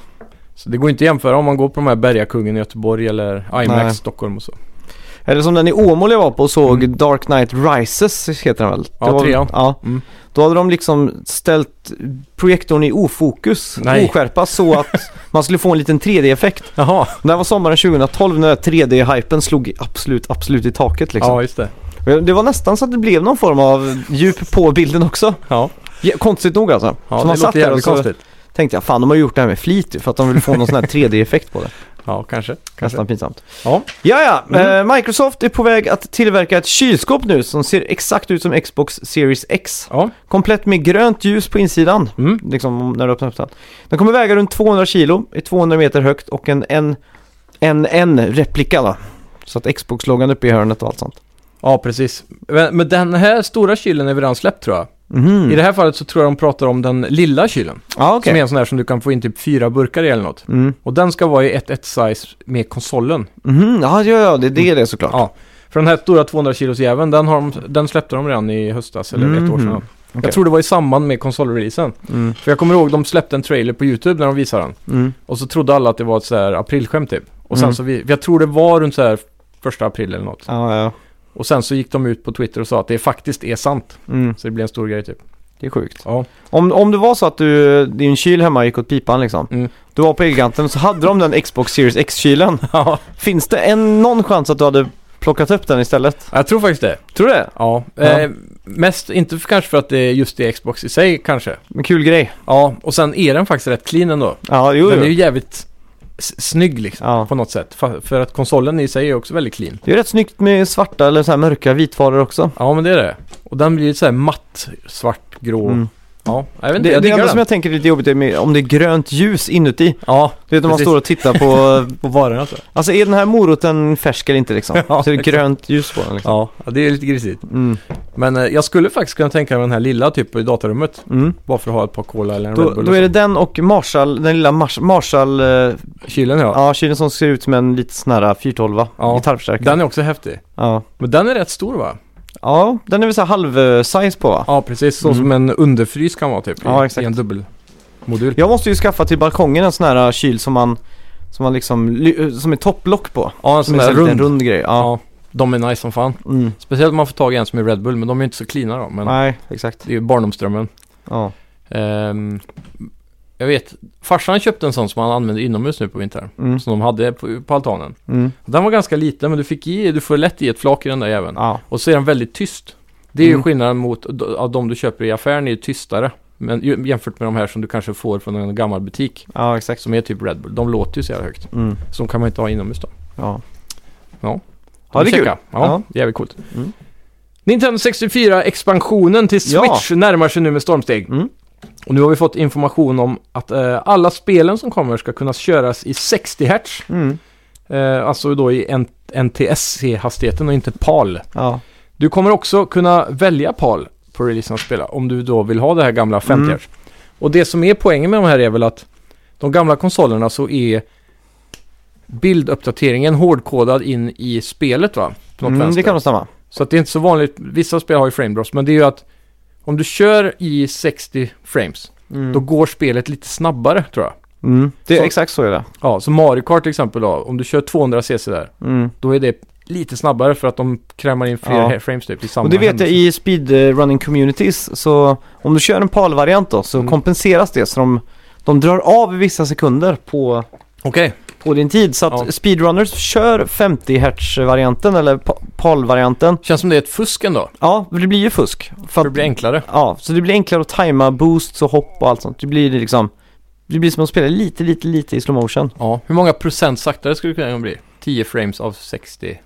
B: Så det går inte att jämföra om man går på de här Bergakungen i Göteborg eller IMAX
A: Nej.
B: Stockholm och så.
A: Eller som den i Åmål jag var på och såg Dark Knight Rises heter den väl?
B: Mm. Ja,
A: Det var väl-
B: trean.
A: Ja.
B: Mm.
A: Då hade de liksom ställt projektorn i ofokus,
B: Nej.
A: oskärpa, så att man skulle få en liten 3D-effekt.
B: Jaha,
A: Det här var sommaren 2012 när 3D-hypen slog i- absolut, absolut i taket liksom.
B: ja just det.
A: Det var nästan så att det blev någon form av djup på bilden också.
B: Ja,
A: Ja, konstigt nog alltså.
B: ja
A: så man
B: det
A: satt
B: låter
A: där och
B: jävligt
A: så
B: konstigt.
A: tänkte jag, fan de har gjort det här med flit ju, för att de vill få någon sån här 3D-effekt på det.
B: Ja, kanske. kanske.
A: Nästan pinsamt.
B: Ja.
A: Ja, ja. Eh, Microsoft är på väg att tillverka ett kylskåp nu som ser exakt ut som Xbox Series X.
B: Ja,
A: Komplett med grönt ljus på insidan,
B: mm.
A: liksom när du öppnar upp den. Den kommer väga runt 200 kilo, är 200 meter högt och en en, en, en replika då. Så att Xbox-loggan uppe i hörnet och allt sånt.
B: ja precis. Men, men den här stora kylen är vi redan släppt tror jag.
A: Mhm.
B: I det här fallet så tror jag de pratar om den lilla kylen.
A: Ja, okej.
B: Som är en sån här som du kan få in typ fyra burkar i eller något.
A: Mm.
B: Och den ska vara i 1-1 size med konsolen.
A: Mhm. Ja, ja, ja, det, det är det såklart.
B: Ja, För den här stora 200 kilos jäveln, den, har de, den släppte de redan i höstas eller ett år sedan.
A: Mhm. Okej.
B: Jag tror det var i samband med konsolreleasen.
A: Mm.
B: För jag kommer ihåg, de släppte en trailer på YouTube när de visade den.
A: Mm.
B: Och så trodde alla att det var ett så här aprilskämt typ. Och sen
A: Mm.
B: så, vi, jag tror det var runt så här första april eller något.
A: Ja, ja.
B: Och sen så gick de ut på Twitter och sa att det faktiskt är sant.
A: Mm.
B: Så det blev en stor grej typ.
A: Det är sjukt.
B: Ja.
A: Om, om det var så att du, din kyl hemma gick åt pipan liksom.
B: Mm.
A: Du var på Elgiganten så hade de den Xbox Series X-kylen.
B: Ja.
A: Finns det en, någon chans att du hade plockat upp den istället?
B: Jag tror faktiskt det.
A: Tror du det?
B: Ja. Eh, mest, inte för, kanske för att det är just det Xbox i sig kanske.
A: En kul grej.
B: Ja, och sen är den faktiskt rätt clean ändå.
A: Ja, jo,
B: Den är ju
A: jo.
B: jävligt s- snygg liksom.
A: Ja.
B: På något sätt. Fa- För att konsolen i sig är också väldigt clean.
A: Det är ju rätt snyggt med svarta eller så här mörka vitvaror också.
B: Ja, men det är det. Och den blir ju så här matt, svart, grå.
A: Mm.
B: Ja, jag vet
A: Det,
B: inte.
A: det,
B: jag diggar
A: enda
B: den.
A: som jag tänker är lite jobbigt är med, om det är grönt ljus inuti.
B: Ja,
A: Du vet när man
B: Precis.
A: står och tittar på,
B: på varorna alltså.
A: alltså är den här moroten färsk eller inte liksom?
B: Ja,
A: så är det
B: exakt.
A: grönt ljus på den liksom.
B: Ja, ja, det är lite grisigt.
A: Mm.
B: Men eh, jag skulle faktiskt kunna tänka mig den här lilla typ i datarummet.
A: Mm.
B: Bara för att ha ett par cola eller en Red
A: Då,
B: Bull. liksom.
A: då är det den och Marshall, den lilla Mars, Marshall, eh,
B: Kylen ja.
A: ja kylen som ser ut som en lite sån här 412
B: Ja.
A: gitarrförstärkare.
B: Den är också häftig.
A: Ja.
B: Men den är rätt stor va?
A: ja, den är väl så här halv eh, size på va?
B: Ja, precis. Så
A: Mm.
B: som en underfrys kan vara typ. i-
A: Ja, exakt.
B: I en dubbelmodul.
A: Jag måste ju skaffa till balkongen en sån här äh, kyl som man, som man liksom, ly- som är topplock på.
B: Ja, en
A: Som
B: sån
A: är så
B: där
A: här liten
B: rund.
A: rund grej. Ja.
B: Ja, de är nice som fan.
A: Mm.
B: Speciellt om man får tag i en som är Red Bull, men de är ju inte så cleana då. Men
A: Nej, exakt.
B: det är ju barndomsdrömmen.
A: Ja.
B: Ehm, jag vet, farsan köpte en sån som han använde inomhus nu på vintern.
A: Mm.
B: Som de hade på, på altanen.
A: Mm.
B: Den var ganska liten, men du fick i, du får lätt i ett flak i den där jäveln.
A: Ja.
B: Och så är den väldigt tyst. Det är ju
A: Mm.
B: skillnaden mot att de du köper i affären är ju tystare. Men ju- jämfört med de här som du kanske får från en gammal butik.
A: ja, exakt.
B: Som är typ Red Bull. De låter ju så jävla högt.
A: Mm.
B: Så de kan man inte ha inomhus då.
A: Ja.
B: Ja.
A: Ja, det är kul.
B: Ja, ja, det är jävligt coolt.
A: Mm.
B: Nintendo 64-expansionen till
A: Ja.
B: Switch närmar sig nu med stormsteg.
A: Mm.
B: Och nu har vi fått information om att eh, alla spelen som kommer ska kunna köras i 60 Hz.
A: Mm.
B: Eh, alltså då i N- NTSC-hastigheten och inte PAL.
A: Ja.
B: Du kommer också kunna välja PAL på releasen att spela om du då vill ha det här gamla 50
A: Mm.
B: Hz. Och det som är poängen med de här är väl att de gamla konsolerna så är bilduppdateringen hårdkodad in i spelet va? På något
A: Mm, det
B: vänster.
A: kan nog stämma.
B: Så att det är inte så vanligt, vissa spel har ju frame drops, men det är ju att om du kör i 60 frames,
A: Mm.
B: då går spelet lite snabbare tror jag.
A: Mm. Det är
B: Så-
A: exakt så är det.
B: Ja, så Mario Kart till exempel då, om du kör 200 cc där,
A: Mm.
B: då är det lite snabbare för att de krämar in fler
A: Ja.
B: he- frames typ i samma
A: Och det vet jag
B: händelse.
A: i speedrunning communities, så om du kör en PAL-variant då så
B: Mm.
A: kompenseras det så de, de drar av vissa sekunder på
B: Okej,
A: på din tid. Så att
B: Ja.
A: speedrunners kör 50 Hz-varianten eller pa- PAL-varianten.
B: känns som det är ett fusk ändå.
A: Ja, det blir ju fusk.
B: För
A: För
B: det blir
A: att,
B: enklare.
A: ja, så det blir enklare att tajma boosts och hopp och allt sånt. Det blir liksom, det blir som att spela lite, lite, lite i slow motion.
B: Ja, hur många procent saktare skulle det kunna bli? 10 frames av 60?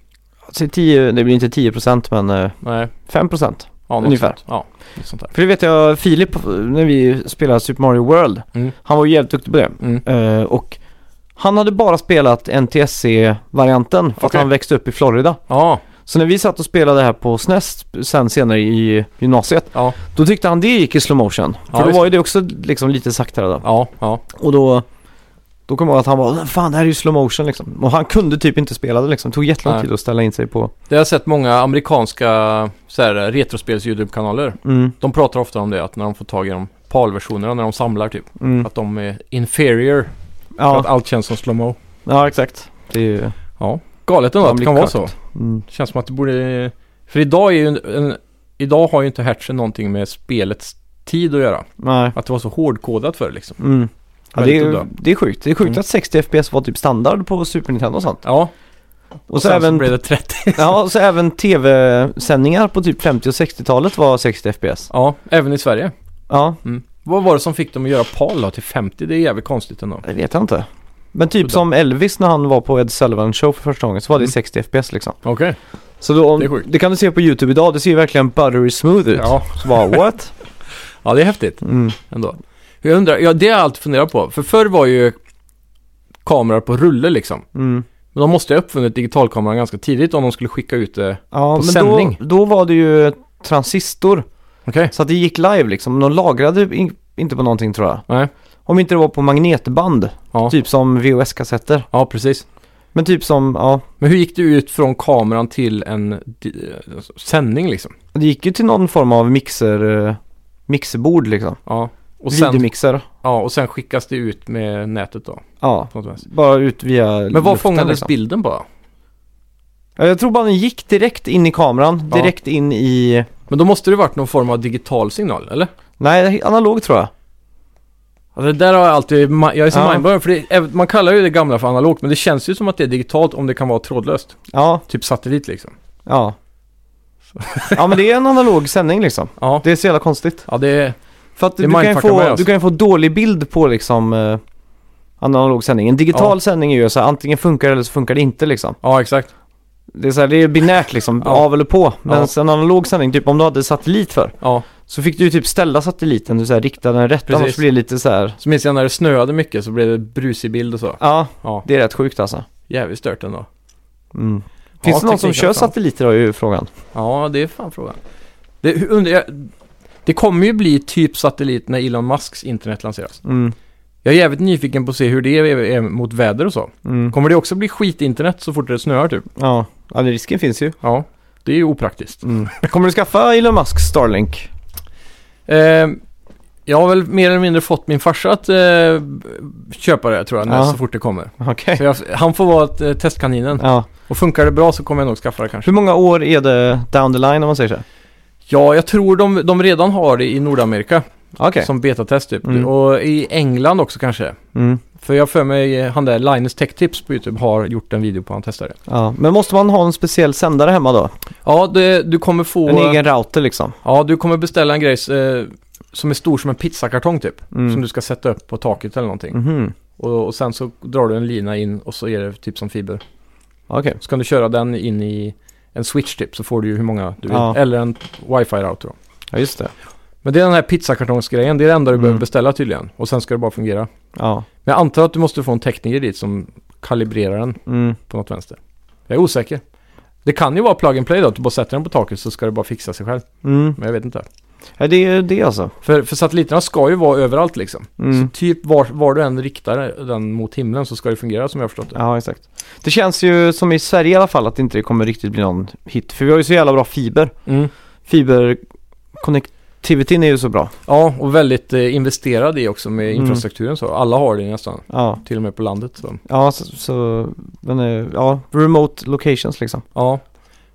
A: Alltså 10, det blir inte 10% men eh,
B: Nej,
A: 5%.
B: ja, något
A: Ungefär.
B: Sånt. Ja, något sånt där.
A: För det vet jag, Filip, eh, när vi spelade Super Mario World,
B: Mm.
A: han var ju jävligt duktig på det.
B: Mm.
A: Eh, och han hade bara spelat NTSC-varianten för att
B: Okej.
A: han växte upp i Florida.
B: Ja,
A: Så när vi satt och spelade här på SNES sen senare i gymnasiet
B: ja,
A: Då tyckte han det gick i slow motion.
B: Ja,
A: För då
B: just
A: var ju det också liksom lite saktare då.
B: ja, ja.
A: Och då, då kom jag ihåg att han bara Fan det här är ju slow motion liksom. Och han kunde typ inte spela det liksom. Det tog jättelång
B: Nej.
A: tid att ställa in sig på.
B: Det har jag sett många amerikanska så här, retrospels YouTube-kanaler.
A: Mm,
B: De pratar ofta om det, att när de får tag i de PAL-versionerna, när de samlar typ.
A: mm.
B: Att de är inferior, för att
A: Ja,
B: allt känns som slow-mo.
A: ja, exakt. Det är ju...
B: Galet ändå att det kan vara så.
A: Amerikanskt. Mm.
B: Känns som att det borde... För idag är ju en, en, Idag har ju inte hertzen någonting med spelets tid att göra.
A: Nej.
B: Att det var så hårdkodat för liksom.
A: Mm. Ja, det,
B: Väldigt
A: är,
B: udda.
A: det är sjukt. Det är sjukt
B: Mm.
A: att 60 FPS var typ standard på Super Nintendo och sånt.
B: Ja,
A: Och så,
B: så sen så blev
A: även,
B: det 30.
A: ja, och så även tv-sändningar på typ 50 och 60-talet var 60 FPS.
B: Ja, även i Sverige.
A: Ja,
B: Vad var det som fick dem att göra PAL då till 50? Det är jävligt konstigt ändå.
A: Det vet jag inte. Men typ
B: Udda.
A: som Elvis när han var på Ed Sullivan show för första gången så var det
B: Mm.
A: 60 FPS liksom.
B: Okej.
A: Så då,
B: Det är
A: det,
B: sjukt.
A: kan du se på YouTube idag, det ser ju verkligen buttery smooth ut.
B: Ja.
A: Så bara what?
B: ja, det är häftigt
A: Mm.
B: ändå. Jag undrar, ja det har jag alltid funderat på. För förr var ju kameror på rulle liksom.
A: Mm.
B: Men de måste ju ha uppfunnit digitalkameran ganska tidigt om de skulle skicka ut det.
A: Ja,
B: På
A: men
B: sändning.
A: Då, då var det ju transistor,
B: Okej.
A: så att det gick live liksom. De lagrade in, inte på någonting tror jag.
B: Nej.
A: Om inte det var på magnetband,
B: Ja.
A: typ som VHS-kassetter.
B: ja, precis.
A: Men typ som, ja,
B: Men hur gick du ut från kameran till en di- eh, sändning liksom?
A: det gick ju till någon form av mixer, eh, mixerbord liksom.
B: Ja. Och sen,
A: Videomixer.
B: ja, och sen skickas det ut med nätet då.
A: Ja,
B: På något vis.
A: bara ut via
B: Men vad
A: luften,
B: fångades
A: liksom.
B: bilden på?
A: Ja, jag tror bara den gick direkt in i kameran,
B: Ja.
A: direkt in i...
B: Men då måste det varit någon form av digital signal, eller?
A: Nej, analog tror jag.
B: Ja, det där har jag alltid, ma- jag är så
A: Ja.
B: mindblown för det, även- man kallar ju det gamla för analogt men det känns ju som att det är digitalt om det kan vara trådlöst.
A: Ja,
B: Typ satellit liksom.
A: ja. Ja men det är en analog sändning liksom.
B: Ja,
A: Det är så jävla konstigt.
B: ja det är...
A: För att
B: Det
A: du kan, ju
B: mindfuckar mig,
A: få,
B: alltså.
A: du kan ju få dålig bild på liksom eh, analog sändning. En digital sändning är ju så här, antingen funkar det eller så funkar det inte liksom.
B: Ja, exakt.
A: Det är så här, det är binärt liksom,
B: Ja.
A: av eller på. Men
B: Ja.
A: en analog sändning, typ om du hade satellit för
B: Ja.
A: så fick du ju typ ställa satelliten, du så här, rikta den rätt,
B: Precis.
A: annars blir det lite så här.
B: Så minns jag när det snöade mycket så blev det brusig bild och så.
A: Ja,
B: Ja.
A: det är rätt sjukt alltså.
B: Jävligt stört ändå.
A: Mm. Finns det någon som
B: tekniken,
A: kör
B: fan.
A: satelliter då är ju frågan.
B: Ja, det är fan frågan. Det, hur undrar jag, det kommer ju bli typ satellit när Elon Musks internet lanseras.
A: Mm.
B: Jag är jävligt nyfiken på att se hur det är, är mot väder och så.
A: Mm.
B: Kommer det också bli skitinternet så fort det snöar typ?
A: Ja, ja men risken finns ju.
B: Ja, det är ju opraktiskt.
A: Mm. Kommer du skaffa Elon Musk Starlink?
B: Eh, jag har väl mer eller mindre fått min farsa att eh, köpa det tror jag, när,
A: Ja.
B: så fort det kommer.
A: Okej.
B: Så jag, han får vara ett, eh, testkaninen.
A: Ja.
B: Och funkar det bra så kommer jag nog skaffa det kanske.
A: Hur många år är det down the line om man säger så?
B: Ja, jag tror de, de redan har det i Nordamerika
A: Okej.
B: som betatest typ.
A: Mm.
B: Och i England också kanske.
A: Mm.
B: För jag har för mig, eh, han där Linus Tech Tips på YouTube har gjort en video på han testar det.
A: Ja. Men måste man ha en speciell sändare hemma då?
B: Ja, det, du kommer få...
A: En egen router liksom?
B: Ja, du kommer beställa en grej eh, som är stor som en pizzakartong typ.
A: Mm.
B: Som du ska sätta upp på taket eller någonting.
A: Mhm.
B: Och, och sen så drar du en lina in och så är det typ som fiber.
A: Okej.
B: Så kan du köra den in i en switch typ så får du ju hur många du vill.
A: Ja.
B: Eller en wifi-router då.
A: Ja just det.
B: Men det är den här pizzakartongsgrejen, det är det enda du
A: Mm.
B: behöver beställa tydligen. Och sen ska det bara fungera.
A: Ja.
B: Men jag antar att du måste få en tekniker dit som kalibrerar den
A: Mm.
B: på något vänster. Jag är osäker. Det kan ju vara plug and play då, att du bara sätter den på taket så ska det bara fixa sig själv.
A: Mm.
B: Men jag vet inte.
A: Ja, det är det alltså.
B: För, för satelliterna ska ju vara överallt liksom.
A: Mm.
B: Så typ var, var du än riktar den mot himlen så ska det fungera som jag har förstått det.
A: Ja exakt. Det känns ju som i Sverige i alla fall att det inte kommer riktigt bli någon hit. För vi har ju så jävla bra fiber.
B: Mm.
A: Fiberconnectivityn är ju så bra.
B: Ja, och väldigt eh, investerad i också med
A: Mm.
B: infrastrukturen så. Alla har det nästan,
A: Ja.
B: till och med på landet. Så.
A: Ja så, så men, eh, ja, remote locations liksom.
B: Ja,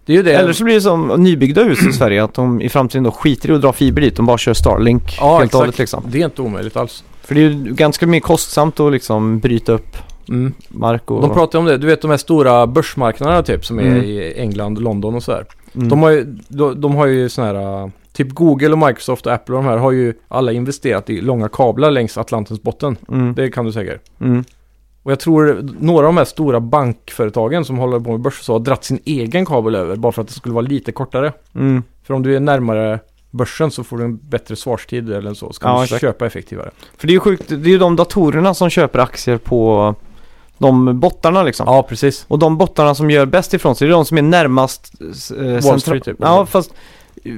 B: det är ju det.
A: Eller så blir det som nybyggda hus i Sverige, att de i framtiden då skiter i att dra fiber dit, de bara kör Starlink
B: Ja,
A: helt
B: exakt.
A: och hållet liksom.
B: Det är inte omöjligt alls.
A: För det är ju ganska mer kostsamt att liksom bryta upp
B: Mm.
A: mark och...
B: De pratar om det, du vet de här stora börsmarknaderna typ som är
A: Mm.
B: i England, London och sådär.
A: mm.
B: De har ju, de, de har ju sådana här, äh, typ Google och Microsoft och Apple och de här har ju alla investerat i långa kablar längs Atlantens botten.
A: Mm.
B: Det kan du säkert.
A: Mm.
B: Och jag tror några av de här stora bankföretagen som håller på med börs och så har dratt sin egen kabel över bara för att det skulle vara lite kortare.
A: Mm.
B: För om du är närmare börsen så får du en bättre svarstid eller så. Så kan
A: Ja,
B: du
A: exakt.
B: köpa effektivare.
A: För det är ju sjukt, det är ju de datorerna som köper aktier på de bottarna liksom.
B: Ja, precis.
A: Och de bottarna som gör bäst ifrån sig, det är de som är närmast... eh, centra-
B: Street, typ.
A: Ja, fast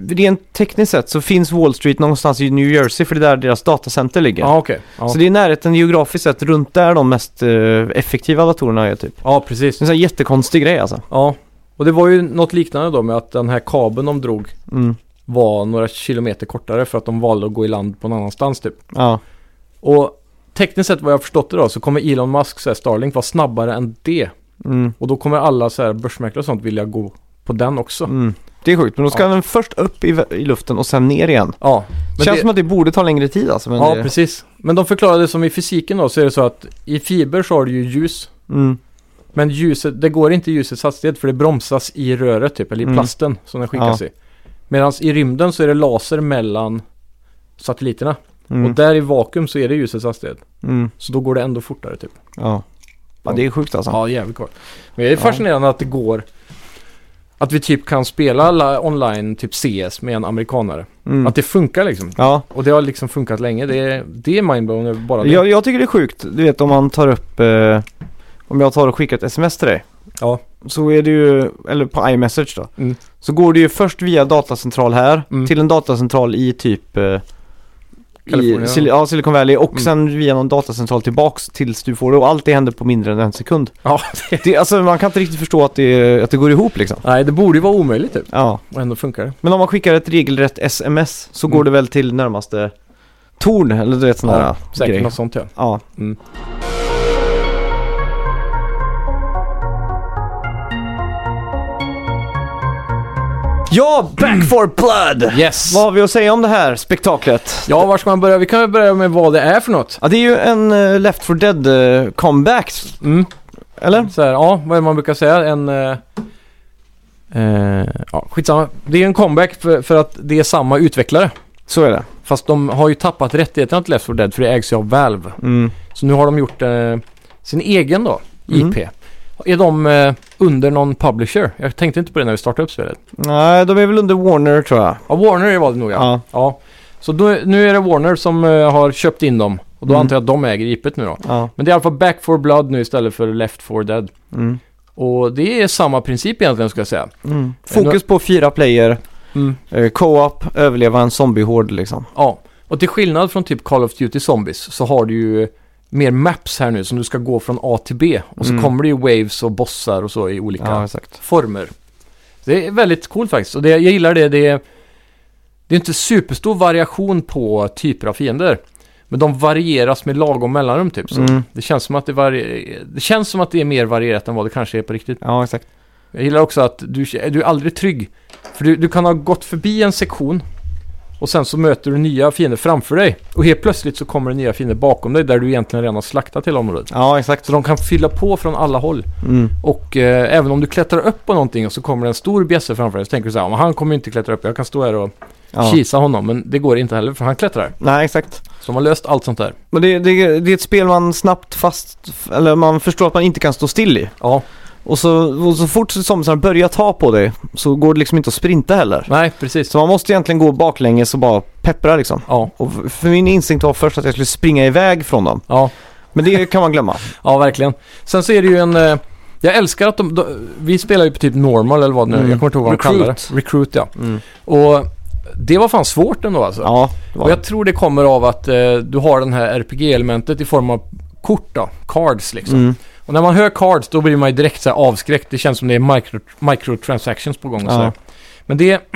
A: rent tekniskt sett så finns Wall Street någonstans i New Jersey, för det är där deras datacenter ligger.
B: Ja, okej. Ja.
A: Så det är närheten geografiskt sett runt där de mest eh, effektiva datorerna är typ.
B: ja, precis.
A: Det är en sån här jättekonstig grej alltså.
B: Ja. Och det var ju något liknande då med att den här kabeln de drog
A: Mm.
B: var några kilometer kortare för att de valde att gå i land på någon annanstans typ.
A: Ja.
B: Och tekniskt sett vad jag har förstått det då så kommer Elon Musk, så här, Starlink, vara snabbare än det.
A: Mm.
B: Och då kommer alla så här börsmäklare och sånt vilja gå på den också.
A: Mm. Det är sjukt, men då ska den först upp i, vä- i luften och sen ner igen.
B: Ja,
A: Det
B: men
A: känns
B: det-
A: som att det borde ta längre tid alltså. Men
B: ja
A: det...
B: precis. Men de förklarade som i fysiken då så är det så att i fiber så har du ju ljus.
A: Mm.
B: Men ljuset, det går inte i ljusets hastighet för det bromsas i röret typ, eller i
A: Mm.
B: plasten som den skickas i. Medan i rymden så är det laser mellan satelliterna.
A: Mm.
B: Och där i vakuum så är det ljusets hastighet.
A: Mm.
B: Så då går det ändå fortare typ.
A: Ja. ja, det är sjukt alltså.
B: Ja, jävligt coolt. Men det
A: Ja.
B: är fascinerande att det går. Att vi typ kan spela alla online, typ CS med en amerikanare.
A: Mm.
B: Att det funkar liksom.
A: Ja.
B: Och det har liksom funkat länge. Det är, det är mindblown över bara det.
A: Jag, jag tycker det är sjukt, du vet om man tar upp, eh, om jag tar och skickar ett sms till dig.
B: Ja.
A: Så är det ju, eller på iMessage då.
B: Mm.
A: Så går det ju först via datacentral här
B: Mm.
A: till en datacentral i typ eh,
B: Kalifornien,
A: I
B: ja.
A: Sil- ja, Silicon Valley och
B: Mm.
A: sen via någon datacentral tillbaks tills du får det och allt det händer på mindre än en sekund.
B: Ja,
A: Det, alltså man kan inte riktigt förstå att det, att det går ihop liksom.
B: Nej, det borde ju vara omöjligt typ.
A: Ja.
B: Och ändå funkar det.
A: Men om man skickar ett regelrätt sms så går
B: Mm.
A: det väl till närmaste torn eller du vet sån
B: Ja,
A: här
B: Säkert
A: grej.
B: något sånt ja.
A: Ja.
B: Mm.
A: Ja, Back for Blood!
B: Yes!
A: Vad har vi att säga om det här spektaklet?
B: Ja, var ska man börja? Vi kan ju börja med vad det är för något.
A: Ja, det är ju en eh, Left for Dead eh, comeback,
B: Mm.
A: eller?
B: Så här, ja, vad är det man brukar säga? En... Eh, eh, ja, skitsamma. Det är en comeback för, för att det är samma utvecklare.
A: Så är det.
B: Fast de har ju tappat rättigheterna till Left 4 Dead för det ägs ju av Valve.
A: Mm.
B: Så nu har de gjort eh, sin egen då,
A: Mm.
B: IP. Är de eh, under någon publisher? Jag tänkte inte på det när vi startade upp spelet.
A: Nej, de är väl under Warner tror jag.
B: Ja, Warner var det nog ja. ja.
A: Ja.
B: Så då, nu är det Warner som eh, har köpt in dem. Och då
A: Mm.
B: antar jag att de äger IPet nu då.
A: ja.
B: Men det är i alla fall Back 4 Blood nu istället för Left 4 Dead.
A: Mm.
B: Och det är samma princip egentligen ska jag säga.
A: Mm. Fokus på fyra player, eh, co-op, överleva en zombiehord liksom.
B: Ja, och till skillnad från typ Call of Duty Zombies så har du ju mer maps här nu som du ska gå från A till B. Och så
A: Mm.
B: kommer det ju waves och bossar och så i olika
A: Ja, exakt.
B: former. Det är väldigt coolt faktiskt. Och det, jag gillar det. Det är, det är inte superstor variation på typer av fiender. Men de varieras med lagom mellanrum typ. Så
A: Mm.
B: det, känns som att det, varier- det känns som att det är mer varierat än vad det kanske är på riktigt.
A: Ja, exakt.
B: Jag gillar också att du, du är aldrig trygg. För du, du kan ha gått förbi en sektion och sen så möter du nya fiender framför dig. Och helt plötsligt så kommer det nya fiender bakom dig där du egentligen redan har slaktat hela området.
A: Ja, exakt.
B: Så de kan fylla på från alla håll.
A: Mm.
B: Och eh, även om du klättrar upp på någonting och så kommer det en stor bjässe framför dig så tänker du så här, "Ja, men han kommer ju inte klättra upp, jag kan stå här och
A: Ja.
B: kisa honom. Men det går inte heller för han klättrar.
A: Nej, exakt.
B: Så de har löst allt sånt där.
A: Men det, det, det är ett spel man snabbt fast, eller man förstår att man inte kan stå still i.
B: Ja,
A: Och så, och så fort zombierna börjar ta på dig så går det liksom inte att sprinta heller.
B: nej precis.
A: Så man måste egentligen gå baklänges och bara peppra liksom.
B: Ja,
A: Och f- för min instinkt var först att jag skulle springa iväg från dem.
B: ja.
A: Men det kan man glömma.
B: Ja, verkligen. Sen så är det ju en... eh, Jag älskar att de, de... Vi spelar ju på typ normal eller vad det nu
A: Mm.
B: Jag kommer inte ihåg vad
A: Recruit. Mm.
B: de kallar det. Recruit, ja. Och det var fan svårt ändå alltså.
A: Ja, det var
B: Och
A: det.
B: jag tror det kommer av att eh, du har den här RPG-elementet i form av kort då. Cards liksom.
A: Mm.
B: Och när man hör cards då blir man ju direkt så här avskräckt. Det känns som det är micro, microtransactions på gång och
A: Ja.
B: så där. Men det,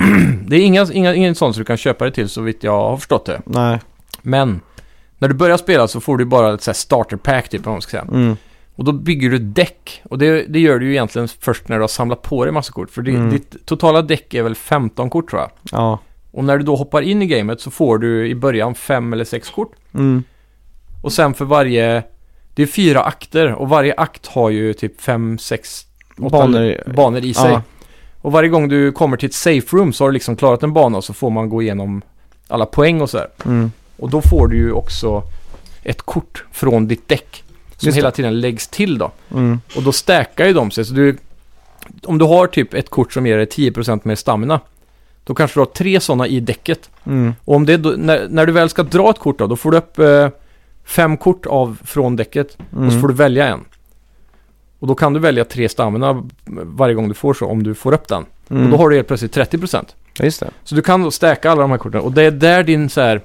B: det är inga, inga, ingen sån som du kan köpa det till så vitt jag har förstått det.
A: Nej.
B: Men när du börjar spela så får du bara ett så här starter pack typ, om man ska säga.
A: Mm.
B: Och då bygger du däck. Och det, det gör du ju egentligen först när du har samlat på dig massa kort. För det,
A: Mm.
B: ditt totala däck är väl 15 kort tror jag.
A: Ja.
B: Och när du då hoppar in i gamet så får du i början fem eller sex kort.
A: Mm.
B: Och sen för varje... Det är fyra akter och varje akt har ju typ fem, sex åtta
A: Banor.
B: banor i sig.
A: Ja.
B: Och varje gång du kommer till ett safe room så har du liksom klarat en bana och så får man gå igenom alla poäng och så här.
A: Mm.
B: Och då får du ju också ett kort från ditt däck. Som
A: Just det.
B: hela tiden läggs till då.
A: Mm.
B: Och då stärkar ju de sig. Så du, om du har typ ett kort som ger dig 10% mer stamina, då kanske du har tre sådana i däcket.
A: Mm.
B: Och om det då, när, när du väl ska dra ett kort då, då får du upp eh, fem kort av, från däcket och så får
A: Mm.
B: du välja en. Och då kan du välja tre stamina varje gång du får så, om du får upp den.
A: Mm.
B: Och då har du helt plötsligt 30%.
A: Ja, Just det.
B: Så du kan då stärka alla de här korten. Och det är där din så här...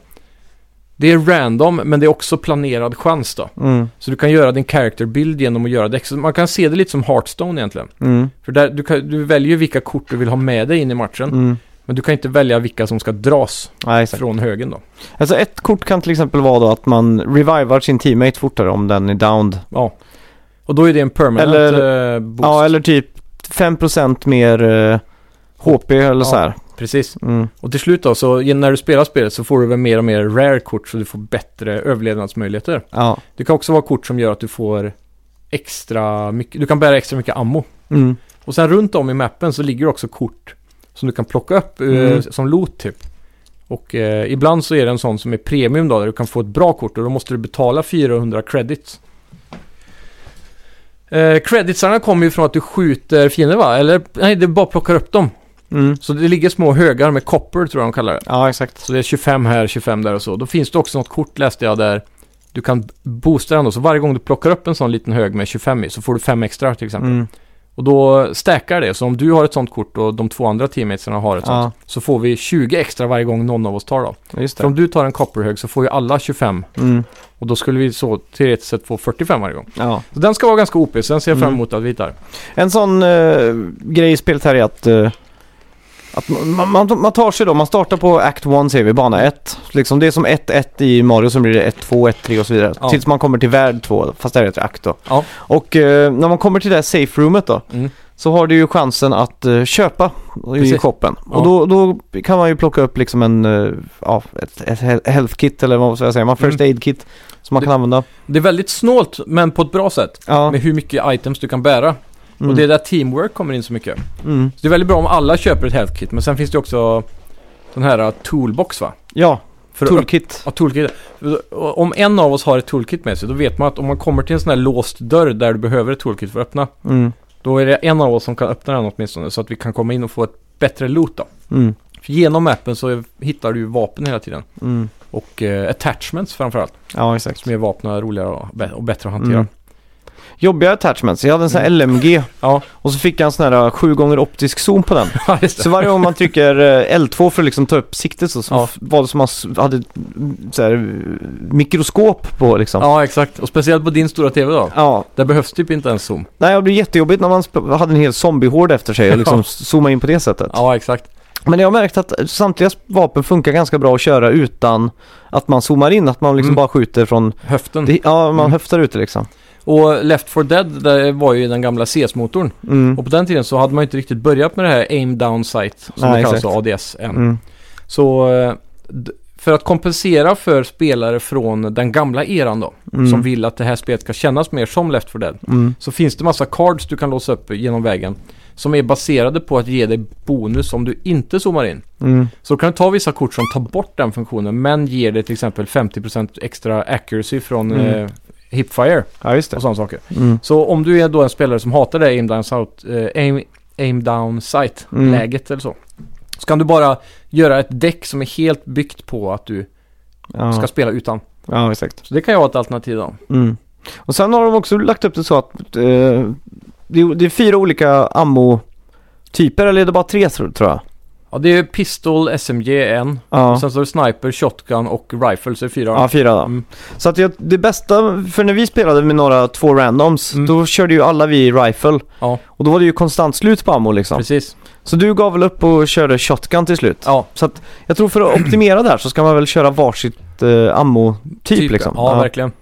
B: Det är random, men det är också planerad chans då.
A: Mm.
B: Så du kan göra din character build genom att göra däck. Så man kan se det lite som Hearthstone egentligen.
A: Mm.
B: För där, du, kan, du väljer ju vilka kort du vill ha med dig in i matchen.
A: Mm.
B: Men du kan inte välja vilka som ska dras
A: Nej, exakt.
B: från högen då.
A: Alltså ett kort kan till exempel vara då att man revivar sin teammate fortare om den är downed.
B: Ja. Och då är det en permanent
A: Eller-
B: eh, boost.
A: Ja, eller typ 5% mer eh, HP eller så här.
B: Precis.
A: Mm.
B: Och till slut då, så gen- när du spelar spelet så får du väl mer och mer rare kort så du får bättre överlevnadsmöjligheter.
A: Ja.
B: Det kan också vara kort som gör att du får extra mycket, du kan bära extra mycket ammo.
A: Mm.
B: Och sen runt om i mappen så ligger det också kort som du kan plocka upp eh,
A: Mm.
B: som loot typ. Och eh, ibland så är det en sån som är premium då, där du kan få ett bra kort och då måste du betala 400 credits. Eh, creditsarna kommer ju från att du skjuter fiender va? Eller nej, du bara plockar upp dem.
A: Mm.
B: Så det ligger små högar med copper tror jag de kallar det.
A: Ja, exakt.
B: Så det är 25 här, 25 där och så. Då finns det också något kort läste jag där du kan boosta den då. Så varje gång du plockar upp en sån liten hög med 25 i så får du fem extra till exempel.
A: Mm.
B: Och då stackar det. Så om du har ett sånt kort och de två andra teammatesarna har ett
A: Ja,
B: sånt. Så får vi 20 extra varje gång någon av oss tar då.
A: just
B: För
A: det.
B: om du tar en copperhög så får ju alla 25.
A: Mm.
B: Och då skulle vi så teoretiskt sett få 45 varje gång.
A: Ja.
B: Så den ska vara ganska OP. Så den ser jag fram
A: Mm.
B: emot att vi hittar.
A: En sån eh, grej i spelet här är att, eh, att man, man, man tar sig då, man startar på Act 1 ser vi, bana 1. Liksom det är som 1-1 i Mario, så blir det 1-2, 1-3 och så vidare.
B: Ja.
A: Tills man kommer till värld 2, fast det här heter Act då.
B: Ja.
A: Och eh, när man kommer till det här safe-roomet då,
B: Mm.
A: så har du ju chansen att eh, köpa i
B: Precis.
A: shoppen.
B: Ja.
A: Och då, då kan man ju plocka upp liksom en, eh, ja, ett, ett he- health kit eller vad ska jag säga, man first aid kit som man
B: Mm. Det-
A: kan använda.
B: Det är väldigt snålt, men på ett bra sätt.
A: Ja,
B: Med hur mycket items du kan bära.
A: mm,
B: Och det är där teamwork kommer in så mycket.
A: mm.
B: Så det är väldigt bra om alla köper ett health kit, men sen finns det också den här uh, toolbox va?
A: ja
B: För att
A: toolkit.
B: Ja, toolkit. Om en av oss har ett toolkit med sig, då vet man att om man kommer till en sån här låst dörr där du behöver ett toolkit för att öppna,
A: Mm,
B: då är det en av oss som kan öppna den åtminstone så att vi kan komma in och få ett bättre loot då.
A: mm,
B: För genom appen så hittar du ju vapen hela tiden.
A: mm.
B: Och eh, attachments framförallt,
A: Ja, exakt.
B: som gör vapnen roligare och, bä- och bättre att hantera. Mm.
A: Mm. Jobbiga attachments. Jag hade en sån här LMG.
B: Ja.
A: Och så fick jag en sån här 7 gånger optisk zon på den.
B: Ja, just det.
A: Så varje gång man trycker eh, L2 för att liksom ta upp siktet så, så
B: Ja.
A: f- var det som man s- hade ett, mm, så här, eh, mikroskop på liksom.
B: Ja, exakt. Och speciellt på din stora TV då.
A: Ja.
B: Där behövs typ inte ens zoom.
A: Nej, det blev jättejobbigt när man sp- hade en hel zombiehord efter sig och liksom
B: Ja.
A: zoomade in på det sättet.
B: Ja, exakt.
A: Men jag har märkt att samtliga vapen funkar ganska bra att köra utan att man zoomar in, att man liksom
B: Mm.
A: bara skjuter från...
B: Höften.
A: Det, ja, man
B: Mm.
A: höftar ute liksom.
B: Och Left 4 Dead, där var ju den gamla CS-motorn.
A: Mm.
B: Och på den tiden så hade man ju inte riktigt börjat med det här aim down sight som
A: Nej,
B: det kallas
A: exakt.
B: då, ADS än.
A: Mm.
B: Så eh, d- för att kompensera för spelare från den gamla eran då,
A: Mm.
B: som vill att det här spelet ska kännas mer som Left 4 Dead,
A: Mm.
B: så finns det massa cards du kan låsa upp genom vägen som är baserade på att ge dig bonus om du inte zoomar in.
A: Mm.
B: Så du kan du ta vissa kort som tar bort den funktionen men ger dig till exempel 50% extra accuracy från
A: Mm.
B: eh, hipfire
A: Ja, just det.
B: och sådana saker.
A: Mm.
B: Så om du är då en spelare som hatar det aim down, sight, eh, aim, aim down sight
A: Mm.
B: läget eller så. Så kan du bara göra ett däck som är helt byggt på att du ska
A: Ja.
B: spela utan.
A: ja, exakt.
B: Så det kan ju vara ett alternativ då.
A: Mm. Och sen har de också lagt upp det så att eh, det, är, det är fyra olika ammo-typer, eller är det bara tre tror tror jag?
B: Ja, det är pistol, SMG, en.
A: Ja,
B: Och sen så är det sniper, shotgun och rifle, så det är fyra.
A: ja fyra då.
B: Mm.
A: Så att jag, det bästa, för när vi spelade med några två randoms,
B: Mm.
A: då körde ju alla vi rifle.
B: Ja.
A: Och då var det ju konstant slut på ammo liksom.
B: Precis.
A: Så du gav väl upp och körde shotgun till slut?
B: Ja,
A: Så att jag tror för att optimera det här så ska man väl köra varsitt eh, ammo-typ liksom.
B: Typ Ja, verkligen.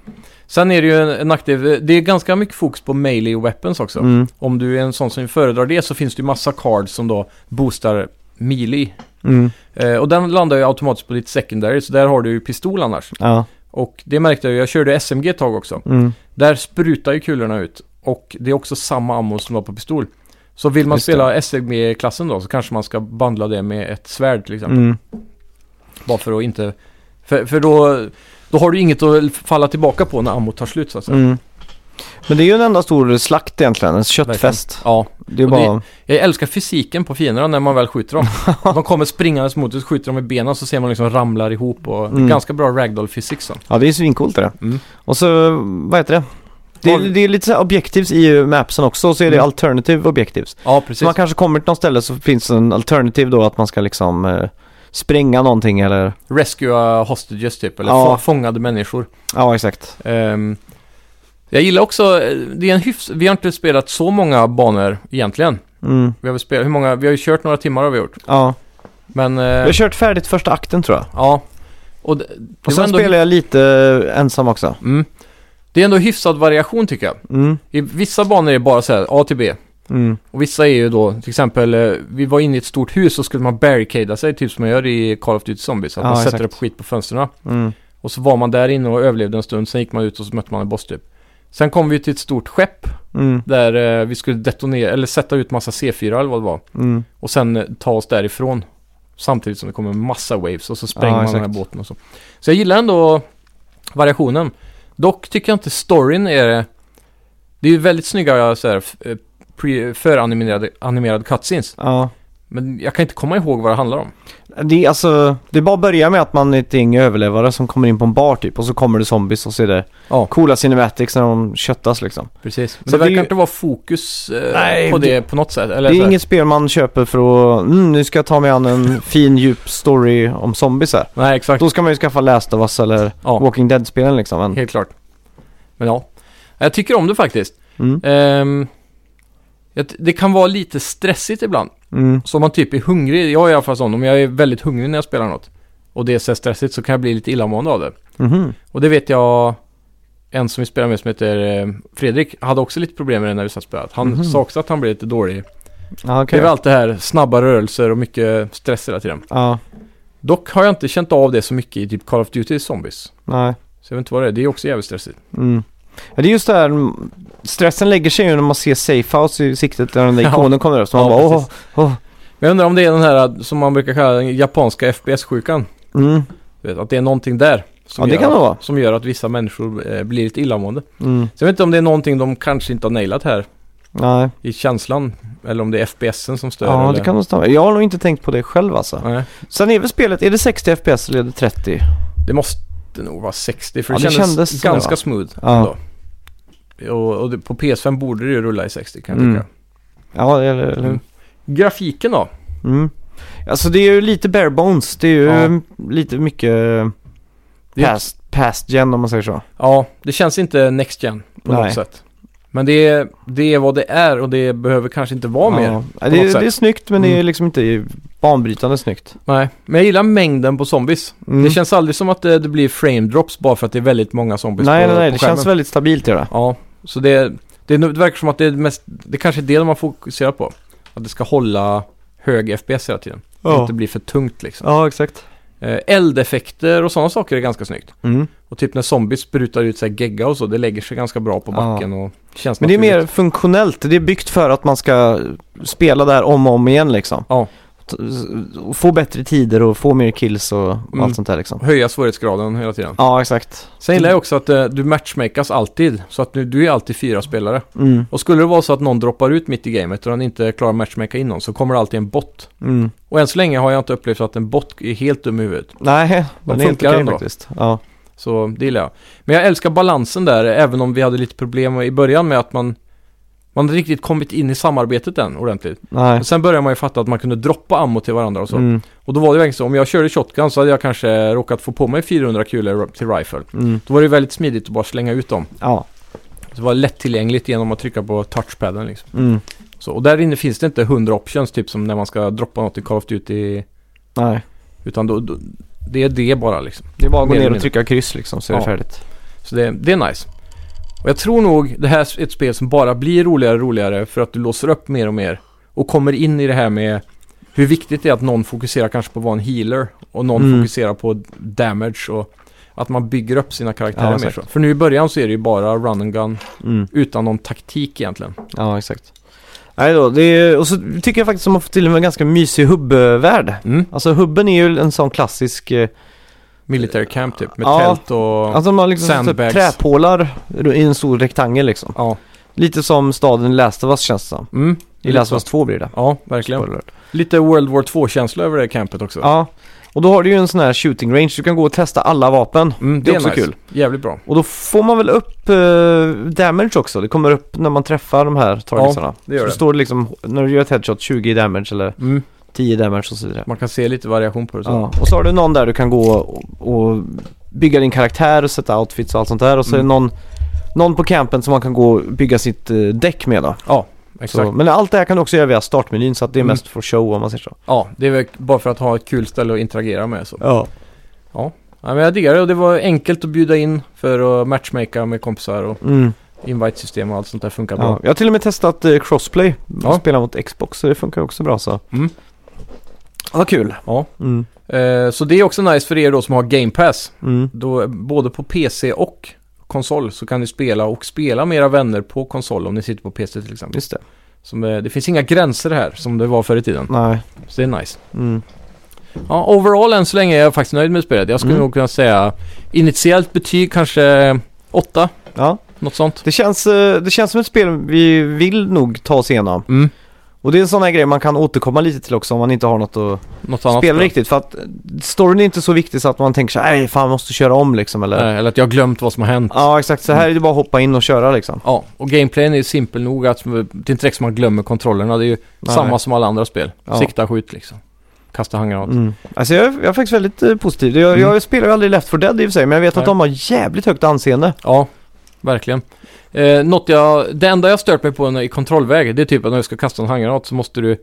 B: Sen är det ju en, en aktiv, det är ganska mycket fokus på melee weapons också.
A: Mm,
B: Om du är en sån som föredrar det så finns det ju massa cards som då boostar melee.
A: mm,
B: Eh, och den landar ju automatiskt på ditt secondary, så där har du ju pistol annars.
A: ja, och,
B: Och det märkte jag ju, jag körde SMG ett tag också.
A: mm,
B: Där sprutar ju kulorna ut. Och det är också samma ammo som var på pistol. Så vill man
A: Just det.
B: spela SMG-klassen då så kanske man ska bandla det med ett svärd liksom. till exempel.
A: mm,
B: Bara för att inte... För, för då, då har du inget att falla tillbaka på när ammo tar slut typ så att säga.
A: mm. Men det är ju en enda stor slakt egentligen, en köttfest.
B: Ja,
A: Det är
B: Och
A: bara...
B: jag älskar fysiken på fienderna när man väl skjuter dem. de kommer springandes mot dig, så skjuter de i benen så ser man liksom ramlar ihop och
A: Mm.
B: ganska bra ragdoll physics. då.
A: Ja, det är svincoolt det där.
B: Mm.
A: Och så, vad heter det? Det är, det är lite så här objectives i mapsen också, och så är det
B: Mm.
A: alternative objectives.
B: Ja, precis.
A: Så man kanske kommer till något ställe så finns det en alternativ då att man ska liksom eh, spränga någonting eller...
B: rescua hostages typ, eller
A: Ja.
B: få, fångade människor.
A: Ja, exakt.
B: Ehm, jag gillar också, eh, det är en hyfs, vi har inte spelat så många banor egentligen.
A: Mm.
B: Vi har, väl spelat, hur många, vi har ju kört några timmar har vi gjort.
A: Ja.
B: Men, eh,
A: Jag har kört färdigt första akten tror jag.
B: ja. Och det, det,
A: Och
B: var
A: sen
B: ändå,
A: spelar jag lite ensam också.
B: mm, det är ändå hyfsad variation tycker jag.
A: Mm.
B: I vissa banor är det bara så här A till B.
A: Mm.
B: Och vissa är ju då, till exempel, eh, vi var inne i ett stort hus och skulle man barricada sig, typ som man gör i Call of Duty Zombies. Att
A: Ja,
B: man
A: exakt.
B: sätter upp skit på fönstren.
A: Mm.
B: Och så var man där inne och överlevde en stund, sen gick man ut och så mötte man en boss typ. Sen kom vi till ett stort skepp
A: Mm.
B: där eh, vi skulle detonera, eller sätta ut massa C4 eller vad det var.
A: Mm.
B: Och sen eh, ta oss därifrån. Samtidigt som det kommer massa waves och så spränger
A: Ja,
B: man den här
A: exakt.
B: båten och så. Så jag gillar ändå variationen. Dock tycker jag inte storyn är... Det är ju väldigt snygga så här, f- eh, pre- föranimerade animerade cutscenes.
A: Ja.
B: Men jag kan inte komma ihåg vad det handlar om.
A: Det är alltså, det är bara att börja med att man är ett gäng överlevare som kommer in på en bar typ och så kommer det zombies och så är det
B: Ja.
A: coola cinematics när de köttas liksom.
B: Precis. Men
A: Så det är
B: det verkar
A: ju-
B: inte vara fokus eh,
A: Nej,
B: på det,
A: det-
B: på något sätt. Eller
A: Det är
B: så här-
A: inget spel man köper för att, mm, nu ska jag ta mig an en fin djup story om zombies här.
B: Nej, exakt.
A: Då ska man ju skaffa Last of Us eller
B: Ja.
A: Walking Dead-spelen liksom. Men,
B: Helt klart. Men ja, jag tycker om det faktiskt.
A: mm,
B: Ehm, jag- det kan vara lite stressigt ibland.
A: mm,
B: Så om man typ är hungrig, jag är i alla fall sån, om jag är väldigt hungrig när jag spelar något och det är så här stressigt så kan jag bli lite illamående av det.
A: mhm,
B: Och det vet jag, en som vi spelade med som heter eh, Fredrik, hade också lite problem med det när vi satt och spelade. Han
A: Mhm.
B: sa också att han blev lite dålig.
A: Ja,
B: Det är
A: okej.
B: väl allt det här snabba rörelser och mycket stress hela tiden.
A: Ja,
B: Dock har jag inte känt av det så mycket i typ Call of Duty Zombies.
A: nej.
B: Så jag vet inte vad det är, det är också jävligt stressigt.
A: Mm. Ja, det är just det här, mm, stressen lägger sig ju när man ser safehouse i siktet när den där
B: Ja.
A: ikonen kommer upp. Så man
B: Ja,
A: bara åh,
B: precis.
A: åh.
B: Men jag undrar om det är den här eh, som man brukar kalla den japanska FPS-sjukan.
A: Mm.
B: Du vet, Att det är någonting där som,
A: Ja, det
B: gör,
A: kan det
B: att,
A: vara.
B: som gör att vissa människor eh, blir lite illamående.
A: Mm.
B: Så jag vet inte om det är någonting de kanske inte har nailat här
A: Nej,
B: i känslan. Eller om det är FPSen som stör.
A: ja
B: eller...
A: det kan nog stämma. Jag har nog inte tänkt på det själv alltså.
B: Nej.
A: Sen är väl spelet, är det 60 FPS eller är det 30?
B: Det måste nog vara 60 för
A: Ja,
B: det,
A: det
B: kändes,
A: kändes så,
B: ganska
A: va?
B: smooth
A: Ja.
B: ändå. Och, och det, på PS5 borde det ju rulla i 60 kan jag
A: Mm.
B: tycka.
A: Ja, eller... eller
B: Mm. Grafiken då?
A: mm. Alltså det är ju lite bare bones. Det är ju
B: Ja.
A: lite mycket
B: Det är-
A: past, past gen om man säger så.
B: Ja, det känns inte next gen på
A: Nej.
B: något sätt. Men det är, det är vad det är och det behöver kanske inte vara mer.
A: Ja, det,
B: något
A: är,
B: sätt.
A: det är snyggt men det är
B: Mm.
A: liksom inte banbrytande snyggt.
B: Nej, men jag gillar mängden på zombies.
A: Mm.
B: Det känns aldrig som att det, det blir frame drops bara för att det är väldigt många zombies
A: nej,
B: på,
A: nej, nej,
B: på
A: det
B: skärmen.
A: känns väldigt stabilt gör det.
B: Ja, så det, det, är nog- det verkar som att det är mest, det kanske är det man fokuserar på. Att det ska hålla hög FPS hela tiden.
A: Ja.
B: Inte bli för tungt liksom.
A: Ja, exakt.
B: Eh, eldeffekter och sådana saker är ganska snyggt.
A: Mm.
B: Och typ när zombies sprutar ut sig gegga och så, det lägger sig ganska bra på
A: Ja.
B: backen och känns
A: Men det är
B: naturligt.
A: mer funktionellt. Det är byggt för att man ska spela där om och om igen liksom.
B: Ja.
A: T- och Få bättre tider och få mer kills och
B: Mm.
A: allt sånt där liksom.
B: höja svårighetsgraden hela tiden.
A: Ja, exakt.
B: Sen gillar jag också att eh, du matchmakas alltid, så att du, du är alltid fyra spelare.
A: Mm.
B: Och skulle det vara så att någon droppar ut mitt i gamet och han inte klarar att matchmaka in någon så kommer det alltid en bot.
A: Mm.
B: Och än så länge har jag inte upplevt att en bot är helt dum i huvudet.
A: Nej, den är helt
B: funkar
A: okej
B: ändå.
A: faktiskt. Ja.
B: Så det gillar jag. Men jag älskar balansen där, även om vi hade lite problem i början med att man man har inte riktigt kommit in i samarbetet än ordentligt.
A: Nej.
B: Och sen började man ju fatta att man kunde droppa ammo till varandra och så.
A: Mm.
B: Och då var det verkligen så, om jag körde shotgun så hade jag kanske råkat få på mig 400 kulor till rifle.
A: Mm.
B: Då var det ju väldigt smidigt att bara slänga ut dem.
A: Ja.
B: Det var lättillgängligt genom att trycka på touchpadden liksom.
A: Mm.
B: Så, och där inne finns det inte 100 options typ som när man ska droppa något i Call of Duty.
A: Nej.
B: Utan då, då, det är det bara liksom.
A: Det är bara att gå
B: Mer
A: ner
B: eller
A: och
B: mindre.
A: trycka kryss liksom så är det
B: Ja.
A: färdigt.
B: Så det, det är nice. Och jag tror nog det här är ett spel som bara blir roligare och roligare för att du låser upp mer och mer. Och kommer in i det här med hur viktigt det är att någon fokuserar kanske på att vara en healer. Och någon
A: Mm.
B: fokuserar på damage och att man bygger upp sina karaktärer
A: Ja,
B: mer
A: exakt.
B: så. För nu i början så är det ju bara run and gun
A: Mm.
B: utan någon taktik egentligen.
A: Ja, exakt. Nej då, det är, och så tycker jag faktiskt att man får till en ganska mysig hubbvärld.
B: Mm.
A: Alltså hubben är ju en sån klassisk, eh,
B: Military camp typ med
A: Ja.
B: tält och...
A: alltså man liksom typ
B: Sandbags.
A: träpålar i en stor rektangel liksom.
B: ja.
A: Lite som staden Last of Us känns det som.
B: Mm.
A: I Last of Us 2 blir det.
B: Ja, verkligen.
A: Spoiler.
B: Lite World War 2-känsla över det campet också.
A: Ja, och då har du ju en sån här shooting range, du kan gå och testa alla vapen.
B: Mm,
A: det är också kul.
B: Jävligt bra.
A: Och då får man väl upp eh, damage också, det kommer upp när man träffar de här targetsarna.
B: det gör
A: så
B: det.
A: står det liksom, när du gör ett headshot, 20 i damage eller
B: Mm.
A: 10 i damage och så vidare.
B: Man kan se lite variation på det. Så.
A: Ja. Och så har du någon där du kan gå och, och bygga din karaktär och sätta outfits och allt sånt där. Och så är
B: Mm.
A: det någon, någon på campen som man kan gå och bygga sitt eh, däck med då.
B: Exakt.
A: Så, men allt det här kan du också göra via startmenyn så att det är
B: Mm.
A: mest för show om man säger så.
B: Ja, det är väl bara för att ha ett kul ställe att interagera med. Så.
A: Ja.
B: Ja, men jag diggar det och det var enkelt att bjuda in för att matchmaka med kompisar och
A: Mm.
B: invite-system och allt sånt där funkar
A: Ja,
B: bra.
A: jag har till och med testat eh, Crossplay.
B: Ja.
A: Ja. Spela mot Xbox så det funkar också bra så.
B: Mm.
A: Vad kul.
B: Ja.
A: Mm.
B: Eh, så det är också nice för er då som har Game Pass.
A: Mm.
B: Då, både på PC och konsol så kan ni spela och spela med era vänner på konsol om ni sitter på PC till exempel.
A: Just det.
B: Som, eh, det finns inga gränser här som det var förr i tiden.
A: Nej.
B: Så det är nice.
A: Mm.
B: Ja, overall än så länge är jag faktiskt nöjd med spelet. Jag skulle
A: Mm.
B: nog kunna säga initiellt betyg kanske 8,
A: Ja.
B: något sånt.
A: Det känns, eh, det känns som ett spel vi vill nog ta oss igenom.
B: Mm.
A: Och det är en sån här grej man kan återkomma lite till också om man inte har något att
B: Något annat.
A: spela
B: bra.
A: riktigt för att eh, storyn är inte så viktig så att man tänker så här, nej fan måste köra om liksom eller
B: Nej, Eh, Eller att jag har glömt vad som har hänt.
A: Ja exakt, så här är det bara att hoppa in och köra liksom.
B: Ja, och gameplayen är simpel nog att det är inte direkt som man glömmer kontrollerna. Det är ju
A: Nej.
B: samma som alla andra spel.
A: Ja.
B: Sikta, skjut liksom. Kasta handgranat.
A: Mm. Alltså jag, är- jag är faktiskt väldigt eh, positiv. Jag,
B: Mm.
A: jag spelar ju aldrig Left 4 Dead i och för sig men jag vet
B: Nej.
A: att de har jävligt högt anseende.
B: Ja, verkligen. Eh, något jag, det enda jag stört mig på när- i kontrollväg, det är typ att när du ska kasta en handgranat så måste du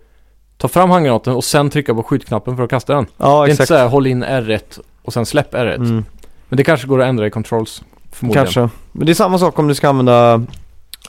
B: ta fram handgranaten och sen trycka på skjutknappen för att kasta den.
A: Ja
B: det är inte
A: exakt.
B: så här, håll in R1 och sen släpp R1.
A: Mm.
B: Men det kanske går att ändra i controls. Förmodligen.
A: Kanske. Men det är samma sak om du ska använda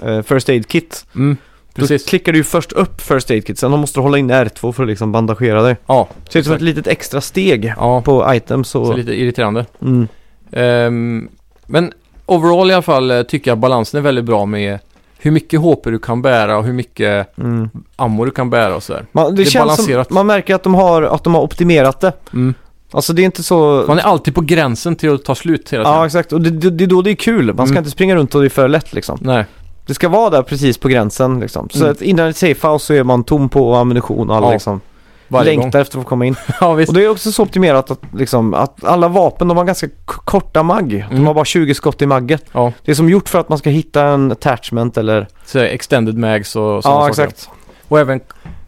A: eh, First Aid Kit.
B: Mm, precis.
A: Då klickar du ju först upp First Aid Kit, sen måste du hålla in R2 för att liksom bandagera dig.
B: Ja,
A: Så det är som
B: exakt.
A: ett litet extra steg
B: ja.
A: på items
B: Så
A: och...
B: lite irriterande.
A: Mm.
B: Ehm, men overall i alla fall eh, tycker jag balansen är väldigt bra med hur mycket HP du kan bära och hur mycket
A: Mm.
B: ammo du kan bära och sådär.
A: Man, det
B: Det är
A: känns
B: balanserat.
A: Som, man märker att de, har, att de har optimerat det.
B: Mm.
A: Alltså det är inte så...
B: Man är alltid på gränsen till att ta slut hela tiden.
A: Ja exakt, och det, det, det är då det är kul. Man ska
B: Mm.
A: inte springa runt och det är för lätt liksom.
B: Nej,
A: Det ska vara där precis på gränsen liksom. Så
B: Mm.
A: att innan ett safehouse så är man tom på ammunition och alla
B: Ja,
A: liksom
B: varje
A: längtar
B: gång.
A: efter att få komma in.
B: ja, visst.
A: Och det är också så optimerat att, liksom, att alla vapen, de har ganska k- korta magg. De
B: Mm.
A: har bara 20 skott i magget.
B: Ja.
A: Det är som gjort för att man ska hitta en attachment eller...
B: Så här extended mags och sådana
A: ja,
B: saker.
A: exakt.
B: Och även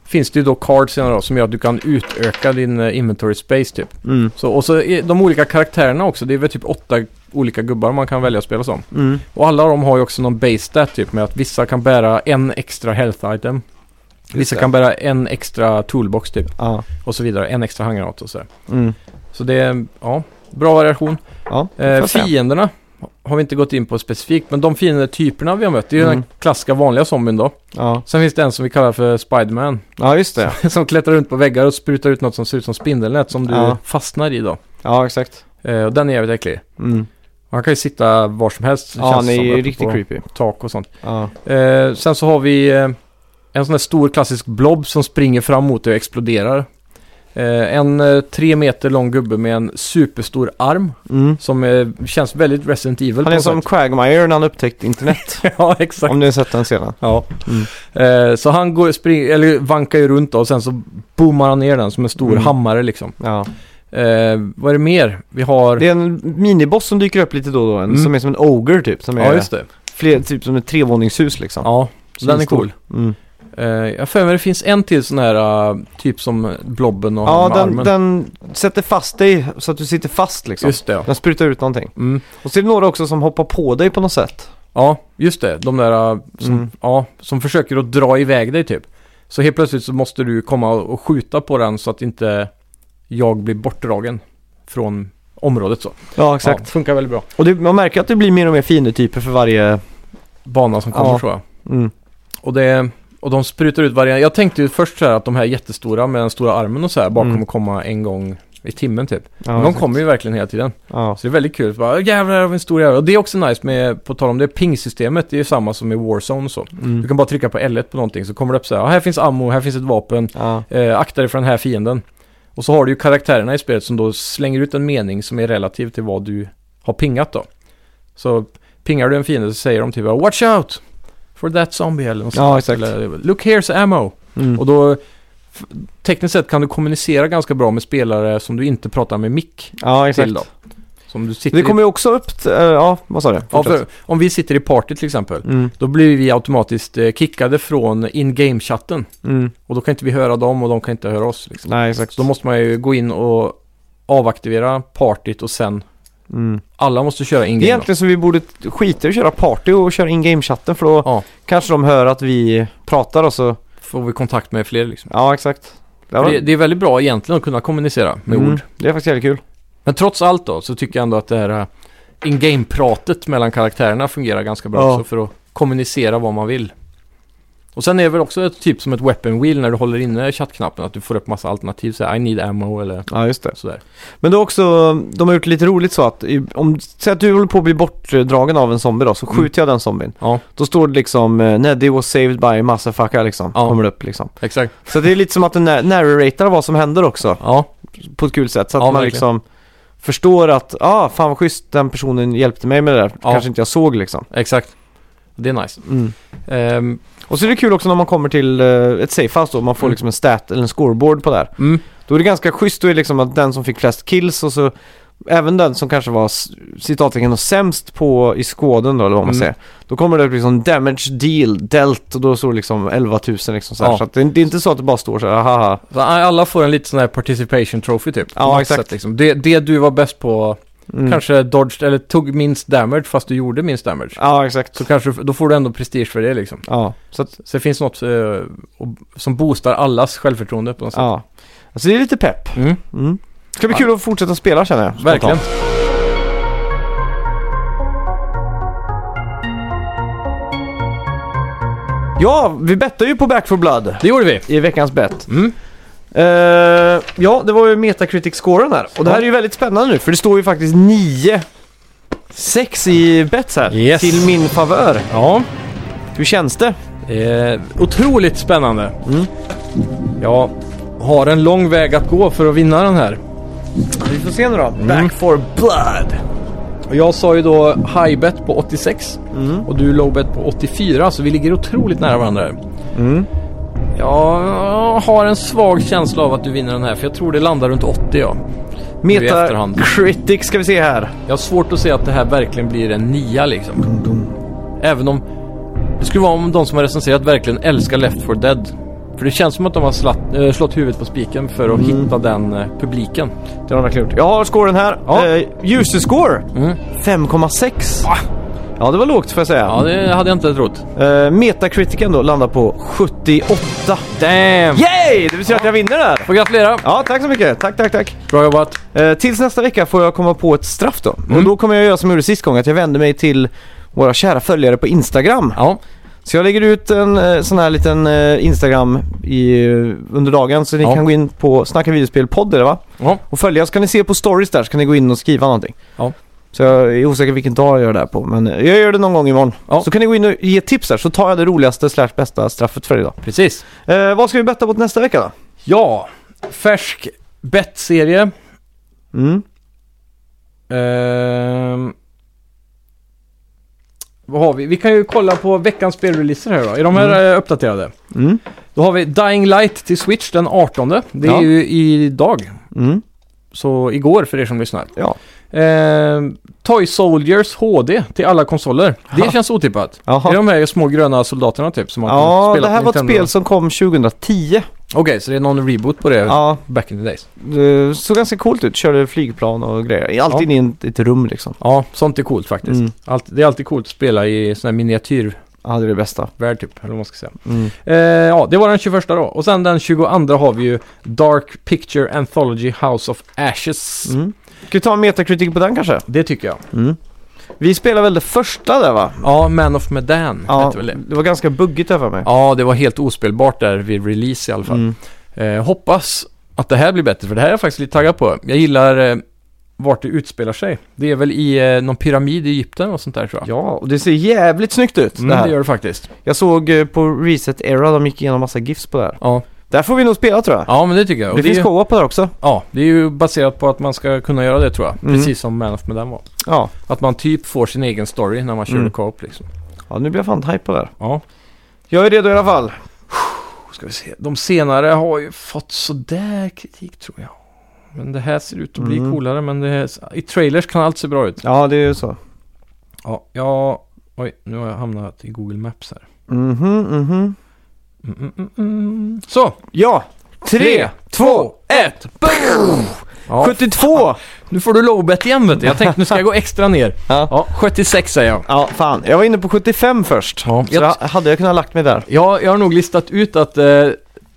B: finns det ju då cards senare då, som gör att du kan utöka din eh, inventory space typ.
A: Mm.
B: Så, och så är de olika karaktärerna också. Det är väl typ åtta olika gubbar man kan välja att spela som.
A: Mm.
B: Och alla de har ju också någon base stat typ med att vissa kan bära en extra health item. Vissa
A: det.
B: kan bära en extra toolbox typ
A: Ja.
B: och så vidare. En extra handgranat och sådär.
A: Mm.
B: Så det är, ja, bra variation.
A: Ja, det får
B: Eh,
A: jag säga.
B: fienderna har vi inte gått in på specifikt, men de fiendetyperna vi har mött, det är ju
A: Mm.
B: den klassiska vanliga zombien då.
A: ja.
B: Sen finns det en som vi kallar för Spiderman,
A: ja, just det.
B: som klättrar runt på väggar och sprutar ut något som ser ut som spindelnät som du
A: Ja.
B: fastnar i då.
A: Ja, exakt.
B: Eh, och den är jävligt äcklig.
A: Mm.
B: Och Han kan ju sitta var som helst.
A: Ja,
B: känns
A: han är
B: som,
A: ju
B: uppe
A: riktigt
B: på
A: creepy.
B: Tak och sånt.
A: Ja.
B: Eh, sen så har vi eh, en sån där stor klassisk blob som springer fram mot dig och exploderar. Eh, en eh, tre meter lång gubbe med en superstor arm
A: Mm.
B: som eh, känns väldigt Resident Evil
A: Han
B: på
A: är
B: något
A: som
B: sätt.
A: Quagmire när han upptäckte internet.
B: ja, exakt.
A: om ni har sett den scenen.
B: Ja.
A: Mm.
B: Eh, så han går, spring, eller vankar ju runt då, och sen så boomar han ner den som en stor
A: Mm.
B: hammare liksom.
A: Ja.
B: Eh, vad är det mer? Vi har...
A: Det är en miniboss som dyker upp lite då och då. En,
B: Mm.
A: Som är som en ogre typ. Som är
B: ja, just det.
A: fler, typ som ett trevåningshus liksom.
B: Ja, så
A: Så
B: den är
A: stor.
B: cool.
A: Mm.
B: Eh, jag har för mig det finns en till sån här eh, typ som blobben och
A: Ja,
B: med
A: den,
B: armen.
A: den sätter fast dig så att du sitter fast liksom.
B: Just det, ja.
A: Den sprutar ut någonting.
B: Mm.
A: Och så är det några också som hoppar på dig på något sätt.
B: Ja, just det. De där äh, som,
A: Mm.
B: ja, som försöker att dra iväg dig typ. Så helt plötsligt så måste du komma och och skjuta på den så att inte jag blir bortdragen från området så.
A: Ja,
B: Ja, funkar väldigt bra.
A: Och det, man märker att det blir mer och mer fiendetyper för varje...
B: Bana som kommer
A: Ja.
B: tror jag.
A: Mm.
B: Och, det, och de sprutar ut varje... Jag tänkte ju först så här att de här jättestora med den stora armen och så här bara
A: Mm.
B: kommer komma en gång i timmen typ.
A: Ja,
B: Men de
A: exakt.
B: kommer ju verkligen hela tiden.
A: Ja.
B: Så det är väldigt kul. Så Bara, jävlar av en stor jävla. Och det är också nice med, på tal om det, pingsystemet. Det är ju samma som i Warzone och så. Du
A: Mm.
B: kan bara trycka på L1 på någonting så kommer det upp så här. "Ah, Här finns ammo, här finns ett vapen.
A: Ja.
B: Eh, akta dig för den här fienden. Och så har du ju karaktärerna i spelet som då slänger ut en mening som är relativ till vad du har pingat då. Så pingar du en fiende så säger de typ Watch out! For that zombie eller något
A: Ja,
B: sånt.
A: exakt.
B: Eller, Look here's ammo.
A: Mm.
B: Och då f- tekniskt sett kan du kommunicera ganska bra med spelare som du inte pratar med mick
A: ja, exakt.
B: till då. Som du sitter
A: Det kommer ju också upp... t- eh, ja, vad sa du?
B: i, ja, för
A: Fortsätt.
B: om vi sitter i party till exempel.
A: Mm.
B: Då blir vi automatiskt eh, kickade från in-game-chatten.
A: Mm.
B: Och då kan inte vi höra dem och de kan inte höra oss. Liksom.
A: Nej, exakt.
B: Så då måste man ju gå in och avaktivera partyt och sen
A: Mm.
B: alla måste köra
A: Det är
B: in-game. då.
A: egentligen så vi borde t- skita i att köra party och köra in-game-chatten för då
B: Ja.
A: kanske de hör att vi pratar och så...
B: Får vi kontakt med fler liksom.
A: Ja, exakt. Det,
B: För
A: var-
B: Det, det är väldigt bra egentligen att kunna kommunicera med
A: Mm.
B: ord.
A: Det är faktiskt jävligt kul.
B: Men trots allt då så tycker jag ändå att det här eh, in-game-pratet mellan karaktärerna fungerar ganska bra
A: Ja.
B: också för att kommunicera vad man vill. Och sen är det väl också ett typ som ett weapon wheel när du håller inne chattknappen att du får upp massa alternativ så här, I need ammo eller
A: Ja, just det.
B: sådär.
A: Men det är också, de har gjort det lite roligt så att i- om, säg att du håller på att bli bortdragen av en zombie då, så
B: Mm.
A: skjuter jag den zombien.
B: Ja,
A: Då står det liksom eh, Nej, det was saved by motherfucker liksom,
B: Ja.
A: kommer det upp liksom.
B: exakt.
A: Så det är lite som att den nar- narratar vad som händer också,
B: Ja,
A: på ett kul sätt. Så att
B: Ja,
A: man
B: verkligen.
A: liksom förstår att, ah, fan vad schysst den personen hjälpte mig med det där,
B: Ja.
A: kanske inte jag såg liksom.
B: exakt. Det är nice.
A: Mm.
B: Ehm,
A: Och så är det kul också när man kommer till eh, ett safehouse då, man får
B: Mm.
A: liksom en stat eller en scoreboard på det här.
B: mm,
A: Då är det ganska schysst, då är det liksom att den som fick flest kills och så Även den som kanske var s- citattecken och sämst på i skåden då eller vad man
B: Mm.
A: säger Då kommer det upp liksom damage deal delt och då står det liksom 11 000 liksom så, här.
B: Ja.
A: så att det, det är inte så att det bara står så här, haha
B: så alla får en liten sån här participation trophy typ.
A: Ja,
B: På något
A: exakt.
B: sätt, liksom. det, det du var bäst på,
A: mm.
B: kanske dodged eller tog minst damage fast du gjorde minst damage.
A: Ja exakt
B: Så kanske, då får du ändå prestige för det liksom.
A: Ja, så att,
B: Så det finns något eh, och- som boostar allas självförtroende på något sätt.
A: ja Alltså det är lite pepp
B: Mm,
A: mm. Det ska bli kul att fortsätta spela känner jag spontant.
B: verkligen.
A: Ja, vi bettade ju på Back for Blood
B: Det gjorde vi.
A: i veckans bett.
B: Mm.
A: Eh, ja, det var ju Metacritic-scoren här. Och det här
B: Ja.
A: är ju väldigt spännande nu för det står ju faktiskt 9 6 i bets här.
B: Yes.
A: Till min favör.
B: Ja.
A: Hur känns det?
B: Eh, otroligt spännande.
A: Mm.
B: Jag har en lång väg att gå för att vinna den här.
A: Vi får se nu då.
B: Mm.
A: Back for Blood.
B: Och jag sa ju då high bet på 86
A: Mm.
B: och du low bet på 84 så vi ligger otroligt nära varandra här.
A: Mm.
B: Jag har en svag känsla av att du vinner den här för jag tror det landar runt 80 ja. i efterhand.
A: Metacritic ska vi se här.
B: Jag har svårt att se att det här verkligen blir en nia liksom. Även om det skulle vara om de som har recenserat verkligen älskar Left 4 Dead. För det känns som att de har slatt, eh, slått huvudet på spiken för att
A: Mm.
B: hitta den eh, publiken.
A: Det har de verkligen gjort. Jag har scoren här.
B: Ja.
A: Eh, user-score.
B: Mm.
A: 5,6. Ja, det var lågt får jag säga.
B: Ja, det hade jag inte trott.
A: Eh, Metacriticen då landar på 78.
B: Damn!
A: Yay! Det betyder att jag vinner där.
B: Får gratulera!
A: Ja, tack så mycket. Tack, tack, tack.
B: Bra jobbat!
A: Eh, tills nästa vecka får jag komma på ett straff då.
B: Mm.
A: Och då kommer jag göra som jag gjorde sist gången, att jag vänder mig till våra kära följare på Instagram.
B: Ja,
A: Så jag lägger ut en eh, sån här liten eh, Instagram i, eh, under dagen så ni
B: Ja.
A: kan gå in på Snacka videospel podd är det va?
B: ja.
A: Och följa, så kan ni se på stories där så kan ni gå in och skriva någonting.
B: Ja.
A: Så jag är osäker vilken dag jag gör det här på men eh, jag gör det någon gång imorgon.
B: Ja.
A: Så kan ni gå in och ge tips där så tar jag det roligaste slash bästa straffet för idag.
B: precis.
A: Eh, vad ska vi betta mot nästa vecka då?
B: Ja, färsk bettserie.
A: Mm.
B: Ehm. Vad har vi? Vi kan ju kolla på veckans spelreleaser här då. Är de här eh, uppdaterade?
A: Mm.
B: Då har vi Dying Light till Switch den 18. Det är
A: Ja.
B: ju idag.
A: Mm.
B: Så igår för er som lyssnar.
A: Ja.
B: Ehm, Toy Soldiers HD till alla konsoler. Det känns otippat.
A: Jaha.
B: Är det de här små gröna soldaterna typ? Som man kan
A: Ja,
B: spela
A: det här
B: på
A: var ett
B: Nintendo?
A: spel som kom 2010.
B: Okej, så det är någon reboot på det
A: Ja,
B: back in the days.
A: det såg ganska coolt ut. Körde flygplan och grejer. Allt
B: Ja.
A: inne i ett- ett rum liksom.
B: Ja, sånt är coolt faktiskt.
A: Mm.
B: Allt, det är alltid coolt att spela i sån här miniatyrvärld
A: Ja, det är det bästa.
B: typ, eller vad man ska säga.
A: Mm.
B: Eh, ja, det var den 21 då. Och sen den 22 har vi ju Dark Picture Anthology House of Ashes.
A: Mm. Ska vi ta en metakritik på den kanske?
B: Det tycker jag.
A: Mm. Vi spelade väl det första där va?
B: Ja, Man of Medan
A: Ja,
B: hette väl det.
A: det var ganska buggigt där för mig.
B: Ja, det var helt ospelbart där vid release i alla fall.
A: Mm.
B: Eh, hoppas att det här blir bättre, för det här är jag faktiskt lite taggad på. Jag gillar eh, vart det utspelar sig. Det är väl i eh, någon pyramid i Egypten och sånt där tror jag.
A: Ja, och det ser jävligt snyggt ut det
B: Mm,
A: här.
B: det gör det faktiskt.
A: Jag såg eh, på Reset Era, de gick igenom massa GIFs på det här.
B: Ja.
A: Där får vi nog spela tror jag.
B: ja, men det tycker jag. Och
A: det,
B: är
A: finns
B: ju-
A: co-op på det här också.
B: Ja, det är ju baserat på att man ska kunna göra det tror jag.
A: Mm.
B: Precis som Man of Medan var.
A: Ja.
B: Att man typ får sin egen story när man kör
A: Mm.
B: mm. co-op liksom.
A: ja, nu blir jag fan hype på det här.
B: Ja.
A: Jag är redo i alla fall.
B: Ska vi se. De senare har ju fått sådär kritik tror jag. Men det här ser ut att bli
A: Mm.
B: coolare, men det här, i trailers kan allt se bra ut.
A: Ja, det är ju så.
B: Ja, jag... Oj, nu har jag hamnat i Google Maps här.
A: Mhm, mhm.
B: Mm, mm, mm, mm. Så!
A: Ja! Tre, två, ett!
B: boom! Ja,
A: 72!
B: nu får du lowbet igen vet du. Jag tänkte nu ska jag gå extra ner.
A: Ja.
B: Ja, 76 säger jag.
A: Ja, fan. Jag var inne på 75 först.
B: Ja,
A: Så jag, hade jag kunnat lagt mig där.
B: Ja, jag har nog listat ut att eh,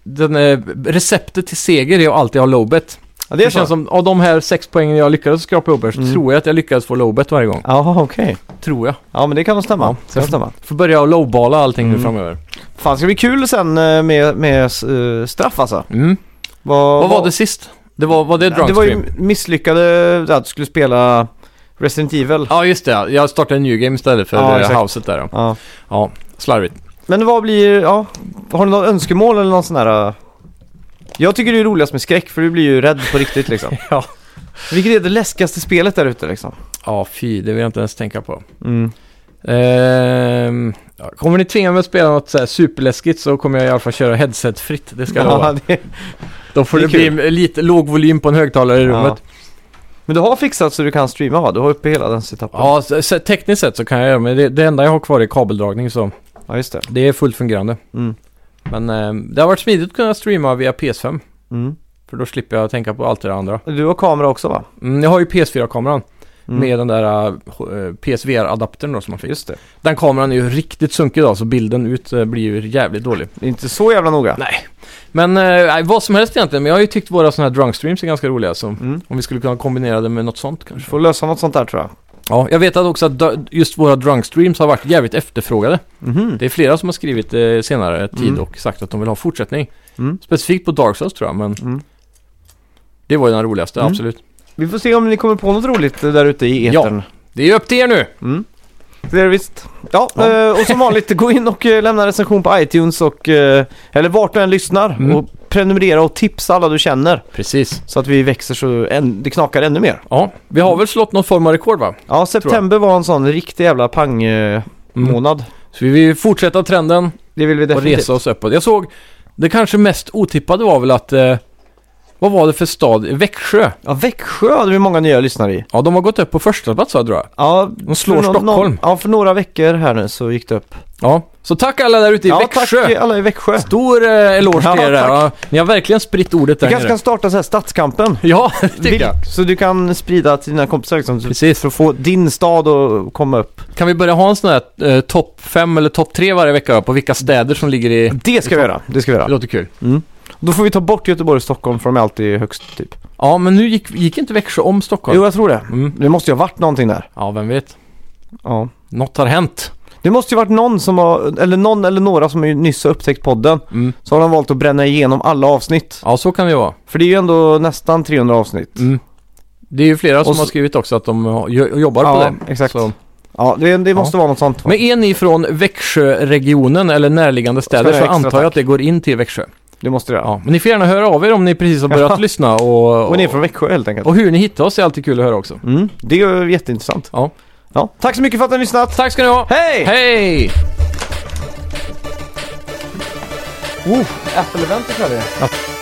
B: den, eh, receptet till seger är att alltid ha lowbet.
A: Ja,
B: Det, känns som, av de här sex poängen jag lyckades skrapa ihop här, så
A: Mm.
B: tror jag att jag lyckades få lowbet varje gång.
A: Jaha, okej.
B: Tror jag.
A: Ja, men det kan nog stämma.
B: Ja,
A: det kan stämma.
B: Får börja lowballa allting
A: Mm.
B: nu framöver.
A: Fan, ska det bli kul sen eh, med, med eh, straff alltså.
B: Mm.
A: Vad,
B: Vad var det sist? Det var, var det
A: Det var
B: Drunkstream?
A: ju misslyckade, att du skulle spela Resident Evil.
B: Ja, just det. ja. Jag startade en new game istället för
A: Ja,
B: det
A: exakt.
B: houset där. ja.
A: Ja.
B: Ja, slarvigt.
A: Men vad blir, ja, har du något önskemål eller någon sån här? eh? Jag tycker det är roligast med skräck för du blir ju rädd på riktigt liksom.
B: Ja.
A: Vilket är det läskigaste spelet där ute liksom?
B: Ja, fy. Det vill jag inte ens tänka på.
A: Mm.
B: Ehm, ja, kommer ni tvinga mig att spela något så här superläskigt så kommer jag i alla fall köra headset-fritt. Det ska jag lova.
A: Ja, det,
B: Då får
A: Det
B: det,
A: är
B: bli lite låg volym på en högtalare i
A: Ja.
B: rummet.
A: men du har fixat så du kan streama va? Du har uppe hela den setupen?
B: Ja, så- så tekniskt sett så kan jag göra men det. Det enda jag har kvar är kabeldragning så
A: Ja, just det.
B: det är fullt fungerande.
A: Mm.
B: Men eh, det har varit smidigt att kunna streama via PS5.
A: Mm.
B: För då slipper jag tänka på allt det där andra.
A: Du har kamera också va?
B: Mm, jag har ju PS4-kameran
A: Mm.
B: med den där eh, PSVR-adaptern då som man fick.
A: Just det.
B: Den kameran är ju riktigt sunkig idag så bilden ut eh, blir ju jävligt dålig.
A: Det är inte så jävla noga.
B: Nej. Men eh, nej, vad som helst egentligen. Men jag har ju tyckt våra sådana här drunk streams är ganska roliga. Så
A: Mm.
B: om vi skulle kunna kombinera det med något sånt kanske.
A: Får lösa något sånt där tror jag.
B: Ja, jag vet att också att d- just våra drunkstreams har varit jävligt efterfrågade.
A: Mhm.
B: Det är flera som har skrivit eh, senare tid
A: Mm.
B: och sagt att de vill ha fortsättning.
A: Mm.
B: Specifikt på Dark Souls tror jag, men
A: Mm.
B: det var ju den roligaste,
A: Mm.
B: absolut.
A: Vi får se om ni kommer på något roligt eh, där ute i
B: Ja.
A: etern.
B: Det är ju upp till er nu!
A: Mm. Det är det visst. Ja,
B: Ja.
A: eh, och som vanligt, gå in och eh, lämna en recension på iTunes och... eh, Eller vart du än lyssnar.
B: Mm.
A: Och prenumerera och tipsa alla du känner.
B: Precis.
A: Så att vi växer så än, det knakar ännu mer.
B: Ja, vi har väl slått någon form av rekord va?
A: Ja, september var en sån riktig jävla pang-månad.
B: Så vi vill fortsätta trenden
A: Det vill vi
B: Mm. och
A: definitivt.
B: resa oss uppåt. Jag såg, det kanske mest otippade var väl att, eh, vad var det för stad? Växjö?
A: Ja, Växjö hade vi många nya lyssnare i.
B: Ja, de har gått upp på första plats va, tror jag.
A: Ja,
B: De slår
A: för nå-
B: Stockholm.
A: nå- ja, för några veckor här nu så gick det upp.
B: Ja, så tack alla där ute i
A: ja,
B: Växjö!
A: tack alla i Växjö.
B: Stor eh, eloge till
A: Ja,
B: er där.
A: tack.
B: Ja, ni har verkligen spritt ordet
A: Vi
B: där
A: kanske
B: nere.
A: kan starta så här Stadskampen.
B: Ja, det tycker
A: Vil-
B: jag.
A: Så du kan sprida till dina kompisar liksom, så-
B: Precis.
A: för att få din stad att komma upp.
B: Kan vi börja ha en sån här eh, topp 5 eller topp 3 varje vecka då, på vilka städer som ligger i...
A: Det ska vi göra. Det ska vi
B: Det
A: göra.
B: låter kul.
A: Då får vi ta bort Göteborg och Stockholm för de är alltid högst typ.
B: Ja, men nu gick, gick inte Växjö om Stockholm?
A: Jo, jag tror det.
B: Mm.
A: Det måste ju ha varit någonting där.
B: Ja, vem vet.
A: Ja.
B: Något har hänt.
A: Det måste ju varit någon som har, eller någon eller några som ju nyss har upptäckt podden.
B: Mm.
A: Så har de valt att bränna igenom alla avsnitt.
B: Ja, så kan det ju vara.
A: För det är ju ändå nästan 300 avsnitt.
B: Mm. Det är ju flera som
A: så-
B: har skrivit också att de har- jo- jobbar på
A: Ja,
B: det.
A: exakt.
B: Så.
A: Ja, det, det måste vara något sånt. va?
B: Men är ni från Växjöregionen eller närliggande städer
A: Ska
B: så
A: jag extra
B: antar jag
A: tack.
B: att det går in till Växjö.
A: Det måste det göra.
B: Ja, men ni får gärna höra av er om ni precis har börjat
A: Ja.
B: lyssna och,
A: Och ni är från Växjö helt enkelt.
B: och hur ni hittar oss är alltid kul att höra också.
A: Mm, det är ju jätteintressant.
B: Ja.
A: Ja. Tack så mycket för att ni har lyssnat.
B: Tack ska ni ha!
A: Hej!
B: Hej!
A: Oh, Apple-event ikväll ju.